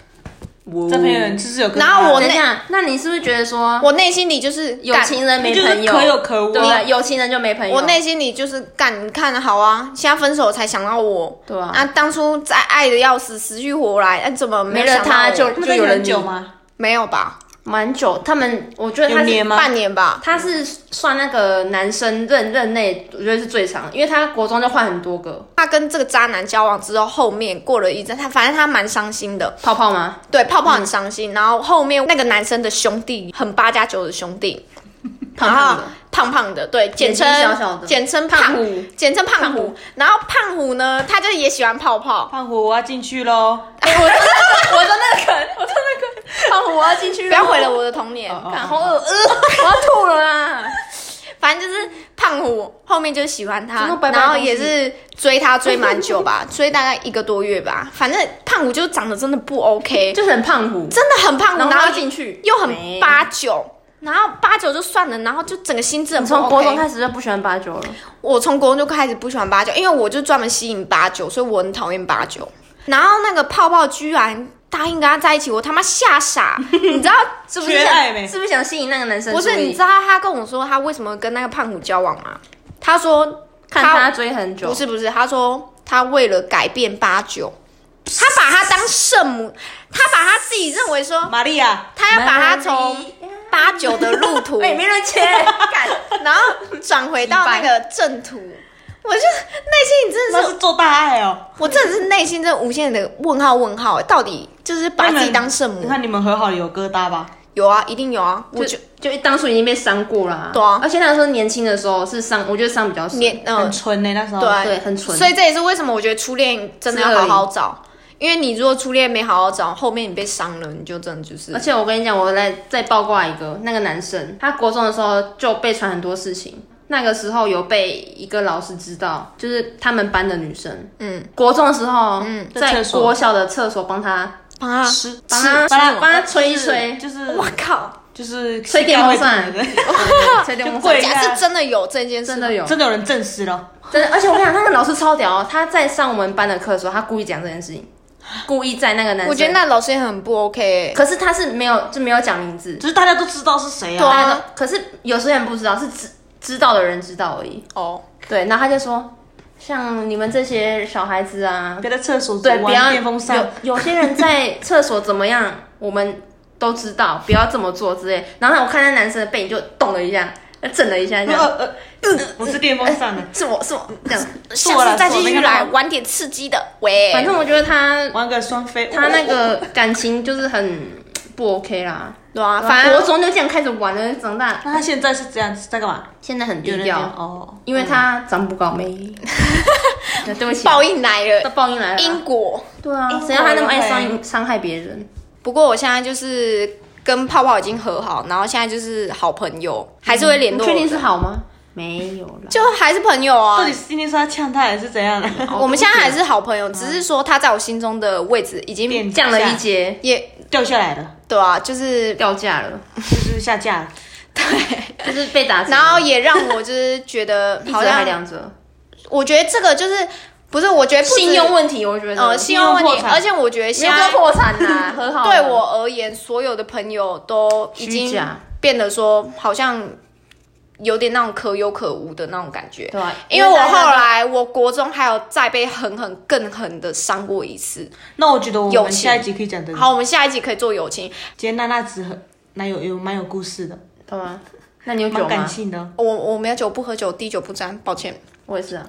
Speaker 2: 这边有人就是有跟
Speaker 3: 然后我
Speaker 1: 等一下，那你是不是觉得说
Speaker 3: 我内心里就是
Speaker 1: 有
Speaker 3: 干
Speaker 1: 情人没
Speaker 2: 就是
Speaker 1: 朋友？
Speaker 2: 可有可无啊
Speaker 1: 对不对？有情人就没朋友。
Speaker 3: 我内心里就是干，你看好啊，现在分手才想到我。
Speaker 1: 对啊
Speaker 3: 啊，当初在爱的要死，死去活来，哎，怎么没有
Speaker 1: 没了
Speaker 3: 想到
Speaker 1: 他
Speaker 3: 我
Speaker 1: 就
Speaker 2: 那边
Speaker 1: 有人
Speaker 2: 很久吗？
Speaker 3: 没有吧？
Speaker 1: 蛮久，他们我觉得
Speaker 2: 有
Speaker 1: 他
Speaker 2: 年
Speaker 1: 是
Speaker 2: 吗
Speaker 3: 半年吧。
Speaker 1: 他是算那个男生任任内，我觉得是最长，因为他国中就换很多个
Speaker 3: 他跟这个渣男交往之后，后面过了一阵，他反正他蛮伤心的，
Speaker 1: 泡泡吗？
Speaker 3: 对泡泡
Speaker 1: 嗯
Speaker 3: 很伤心。然后后面那个男生的兄弟，很八加九的兄
Speaker 1: [laughs]
Speaker 3: 弟，
Speaker 1: 胖胖的
Speaker 3: 然后胖胖的，对，简称
Speaker 1: 眼睛小小的
Speaker 3: 简称胖
Speaker 1: 胖
Speaker 3: 虎，
Speaker 1: 虎，
Speaker 3: 简称胖虎。然后胖虎呢，他就也喜欢泡泡。
Speaker 2: 胖虎，我要进去喽！
Speaker 3: 哎，我真的，我真的
Speaker 1: 胖虎，啊我要进去了，
Speaker 3: [laughs] 不要毁了我的童年。
Speaker 2: 哦
Speaker 1: 干，好恶，呃，我要吐了啦！
Speaker 3: 反正就是胖虎后面就喜欢
Speaker 1: 真
Speaker 3: 他
Speaker 1: 的白，白的
Speaker 3: 然后也是追他追蛮久
Speaker 1: [laughs]
Speaker 3: 吧，追大概一个多月吧。反正胖虎就长得真的不
Speaker 1: [laughs]
Speaker 3: OK，
Speaker 1: 就是很胖虎，
Speaker 3: 真的很胖虎，
Speaker 1: 然后
Speaker 3: 然
Speaker 1: 他
Speaker 3: 后
Speaker 1: 要进去
Speaker 3: 又很
Speaker 1: 没
Speaker 3: 八九，然后八九就算了，然后就整个心智很
Speaker 1: 你
Speaker 3: 不
Speaker 1: 从国中
Speaker 3: OK。
Speaker 1: 开始就不喜欢八九了，
Speaker 3: 我从国中就开始不喜欢八九，因为我就专门吸引八九，所以我很讨厌八九。然后那个泡泡居然答应跟他在一起，我他妈吓
Speaker 1: [laughs]
Speaker 3: 傻，你知道
Speaker 1: 是
Speaker 2: 不是缺爱没
Speaker 1: 是不是想吸引那个男生？
Speaker 3: 不是？你知道他跟我说他为什么跟那个胖虎交往吗？他说
Speaker 1: 看他追很久
Speaker 3: 不，是不是，他说他为了改变八九，他把他当圣母，他把他自己认为说
Speaker 2: 玛利亚，
Speaker 3: 他要把他从八九的路
Speaker 1: [laughs]
Speaker 3: 途，
Speaker 1: 哎，没人切， [laughs] 干
Speaker 3: 然后转回到那个正途。我就内心真的
Speaker 2: 那
Speaker 3: 是，
Speaker 2: 是做大爱哦！
Speaker 3: 我真的是内心真的无限的问号问号，到底就是把自己当圣
Speaker 2: 你
Speaker 3: 母？
Speaker 2: 看你们和好有疙瘩吧？
Speaker 3: 有啊，一定有啊，我就
Speaker 1: 就就当初已经被伤过了，
Speaker 3: 对啊
Speaker 1: 而且那时候年轻的时候是伤，我觉得伤比较深，
Speaker 3: 年嗯
Speaker 2: 很纯呢，那时候。
Speaker 3: 对啊
Speaker 1: 对，很蠢，
Speaker 3: 所以这也是为什么我觉得初恋真的要好好找，因为你如果初恋没好好找，后面你被伤了，你就真的就是
Speaker 1: 而且我跟你讲，我来再八卦一个，那个男生，他国中的时候就被传很多事情。那个时候有被一个老师知道，就是他们班的女生，
Speaker 3: 嗯，
Speaker 1: 国中的时候，嗯，
Speaker 2: 在
Speaker 1: 在
Speaker 2: 厕所
Speaker 1: 国小的厕所帮他
Speaker 3: 帮他
Speaker 2: 吃，
Speaker 1: 帮他
Speaker 2: 帮他
Speaker 1: 帮他吹一吹，
Speaker 2: 就是
Speaker 3: 我靠，
Speaker 2: 就是
Speaker 1: 吹电风扇
Speaker 2: 对
Speaker 1: 吹 [laughs] 电风
Speaker 2: 就跪
Speaker 1: 扇，
Speaker 2: 对
Speaker 3: 假
Speaker 2: 啊
Speaker 3: 是真的有这件事，
Speaker 1: 真的有，
Speaker 2: 真的有人证实了，
Speaker 1: 真的。而且我跟你讲，那个老师超屌哦，他在上我们班的课的时候，他故意讲这件事情，故意在那个男生，
Speaker 3: 我觉得，那老师也很不 OK，、欸、
Speaker 1: 可是他是没有就没有讲名字，
Speaker 2: 只是大家都知道是谁
Speaker 3: 对
Speaker 2: 啊。
Speaker 3: 啊
Speaker 1: 大家都可是有些人不知道，是知知道的人知道而已。
Speaker 3: 哦，
Speaker 1: 对，然后他就说，像你们这些小孩子啊，
Speaker 2: 别在厕所
Speaker 1: 对，不要
Speaker 2: 玩电风扇，
Speaker 1: 有有些人在厕所怎么样，我们都知道，不要这么做之类。然后我看那男生的背影就动了一下，震了一下，这
Speaker 2: 呃
Speaker 1: 样，
Speaker 2: 呃，不是电风
Speaker 3: 呃
Speaker 2: 扇的，
Speaker 1: 是我是我这样。
Speaker 2: 做
Speaker 3: 下
Speaker 2: 了
Speaker 3: 次再继
Speaker 2: 做
Speaker 3: 续
Speaker 2: 那个
Speaker 3: 来
Speaker 2: 吗
Speaker 3: 玩点刺激的，喂，
Speaker 1: 反正我觉得他
Speaker 2: 玩个双飞。哦
Speaker 1: 他那个感情就是很不 OK 啦。
Speaker 3: 对啊，
Speaker 1: 反
Speaker 3: 反
Speaker 1: 正国
Speaker 3: 正
Speaker 1: 中就这样开始玩了，长大
Speaker 2: 那他现在是这样在干嘛？
Speaker 1: 现在很低
Speaker 2: 有人
Speaker 1: 调，
Speaker 2: 哦，
Speaker 1: 因为他长不高没。 [laughs] 对对不起，
Speaker 3: 报应来
Speaker 1: 他
Speaker 3: 了，
Speaker 1: 报应来了
Speaker 3: 因。果。
Speaker 1: 对啊
Speaker 2: 因，
Speaker 1: 谁让他那么爱
Speaker 2: 果
Speaker 1: 伤伤害别人？
Speaker 3: 不过我现在就是跟泡泡已经和好，然后现在就是好朋友，还是会联
Speaker 1: 你
Speaker 3: 络，
Speaker 1: 嗯确定是，好吗？没有啦，
Speaker 3: 就还是朋友啊
Speaker 2: 到底。是今天是要呛他还是怎样？
Speaker 3: 我们现在还是好朋友，只是说他在我心中的位置已经
Speaker 2: 变
Speaker 1: 降了一阶，
Speaker 3: 也
Speaker 2: 掉下来了，
Speaker 3: 对啊，
Speaker 1: [laughs]
Speaker 3: 就是
Speaker 1: 掉价了，
Speaker 2: 就是下架了。
Speaker 1: 就是被打折。
Speaker 3: 然后也让我就是觉得
Speaker 1: 一折 [laughs]
Speaker 3: 好
Speaker 1: 还
Speaker 3: 像，
Speaker 1: 两折，
Speaker 3: 我觉得这个就是不是，我觉得不止
Speaker 1: 信用问题，我觉得
Speaker 3: 呃信用问
Speaker 2: 信用
Speaker 3: 题，
Speaker 2: 破产
Speaker 3: 而且我觉得
Speaker 1: 没
Speaker 3: 现
Speaker 1: 有
Speaker 3: 在
Speaker 1: 说破产呐，很好。
Speaker 3: 对我而言，所有的朋友都已
Speaker 1: 虚
Speaker 3: 经
Speaker 1: 假，
Speaker 3: 变得说好像有点那种可有可无的那种感觉。
Speaker 1: 对啊，
Speaker 3: 因为我后来，我国中还有再被狠狠、更狠的伤过一次。
Speaker 1: 嗯
Speaker 2: 那我觉得我
Speaker 3: 友
Speaker 2: 们
Speaker 3: 情
Speaker 2: 下一集可以讲这个。
Speaker 3: 好，我们下一集可以做友情。
Speaker 2: 今天娜娜子很蛮有有蛮有故事的，
Speaker 1: 对啊，那你有
Speaker 2: 蛮
Speaker 1: 酒
Speaker 2: 感
Speaker 1: 吗？
Speaker 2: 性的。
Speaker 3: 我我没有酒不喝酒，滴酒不沾，抱歉。
Speaker 1: 我也是啊，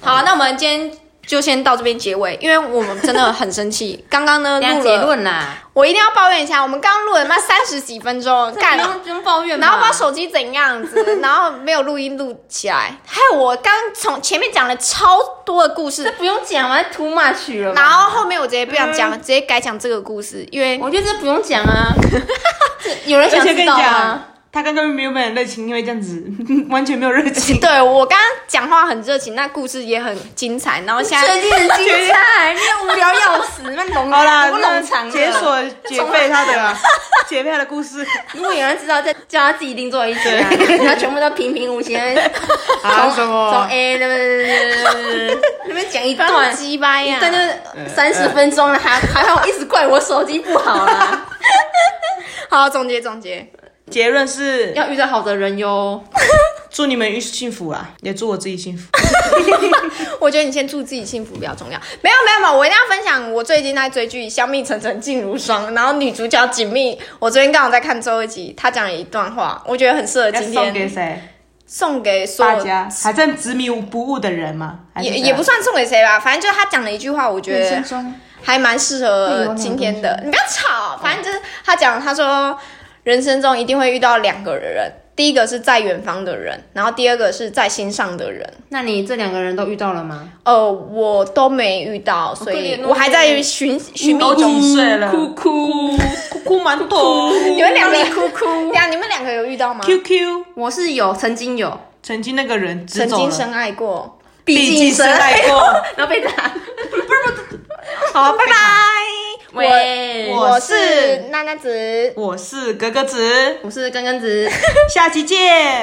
Speaker 3: 好，
Speaker 1: 嗯
Speaker 3: 那我们今天就先到这边结尾，因为我们真的很生气。刚刚呢
Speaker 1: [laughs] 等一下
Speaker 3: 录
Speaker 1: 结
Speaker 3: 了，
Speaker 1: 论啦，
Speaker 3: 我一定要抱怨一下，我们刚录了妈三十几分钟，干
Speaker 1: 这不用不用抱怨吧，
Speaker 3: 然后
Speaker 2: 嗯
Speaker 3: 把手机怎样
Speaker 2: [laughs]
Speaker 3: 子，然后没有录音录起来，还有我刚从前面讲了超多的故
Speaker 2: 嗯
Speaker 1: 这
Speaker 3: 事，
Speaker 1: 不用讲完，too much 了吧。
Speaker 3: 然后后面我直接不想讲，直接改讲这个故事，因为
Speaker 1: 我觉得这不用讲啊，这有人
Speaker 2: 而
Speaker 1: 想
Speaker 2: 且跟
Speaker 1: 知
Speaker 2: 你
Speaker 1: 道
Speaker 2: 讲
Speaker 1: 吗？，
Speaker 2: 他刚刚没有没有热情，因为这样子完全没有热情。
Speaker 3: 对我刚刚讲话很热情，那故事也很精彩，然后现在
Speaker 1: 确定很精彩，你无聊要死，那懂
Speaker 2: 好啦，
Speaker 1: 不
Speaker 2: 那
Speaker 1: 弄长
Speaker 2: 解
Speaker 1: 了。
Speaker 2: 锁解费他的解费他的故事。
Speaker 1: 如果有人知道，再叫他自己另做一集啊，然后全部都平平无奇，
Speaker 2: 啊什
Speaker 1: 从
Speaker 2: 么？
Speaker 1: A 那边 eh, [laughs] 那边讲一段嗯
Speaker 3: 很，鸡掰呀！
Speaker 1: 但就三十分钟了，还还好一直怪我手机不好啊啦。
Speaker 3: 好，总结总结，
Speaker 2: 结论是
Speaker 1: [laughs] 要遇到好的人哟，
Speaker 2: 祝你们幸福啦，也祝我自己幸福。
Speaker 3: 我觉得你先祝自己幸福比较重要。没有没有没有，我一定要分享我最近在追剧《香蜜沉沉烬如霜》，然后女主角锦觅，我昨天刚好在看最后一集，她讲了一段话，我觉得很适合
Speaker 2: 要
Speaker 3: 今
Speaker 2: 送给
Speaker 3: 天
Speaker 2: 谁？
Speaker 3: 送给所
Speaker 2: 大
Speaker 3: 有
Speaker 2: 家还在执迷不悟的人吗？还是
Speaker 3: 也
Speaker 2: 怎样
Speaker 3: 也不算送给谁吧，反正就是她讲了一句话，我觉
Speaker 2: 人
Speaker 3: 得
Speaker 2: 生中
Speaker 3: 还蛮适合今天的。你不要
Speaker 2: 哦
Speaker 3: 吵，反正就是他讲，他说人生中一定会遇到两个人，第一个是在远方的人，然后第二个是在心上的人。
Speaker 1: 那你这两个人都遇到了吗？
Speaker 3: 呃，我都没遇到，所
Speaker 1: 可
Speaker 3: 以
Speaker 1: 怜哦
Speaker 3: 我还在寻寻觅
Speaker 2: 都
Speaker 3: 中。
Speaker 2: 几岁了？
Speaker 1: 哭哭，
Speaker 2: 哭哭馒头
Speaker 3: 你们两个
Speaker 1: 你哭哭
Speaker 3: 对。 [laughs] 呀，你们两个有遇到吗？
Speaker 2: ，QQ
Speaker 1: [laughs] 我是有，曾经有，
Speaker 2: 曾经那个人只
Speaker 3: 曾
Speaker 2: 走
Speaker 3: 经
Speaker 2: 了，
Speaker 3: 深爱过。
Speaker 2: 毕竟深爱过。
Speaker 1: [laughs] 然后被打。
Speaker 3: 好，拜拜。
Speaker 1: 喂，
Speaker 3: 我我是娜娜子，
Speaker 2: 我是格格子，
Speaker 1: 我是根根子。
Speaker 2: 下期见。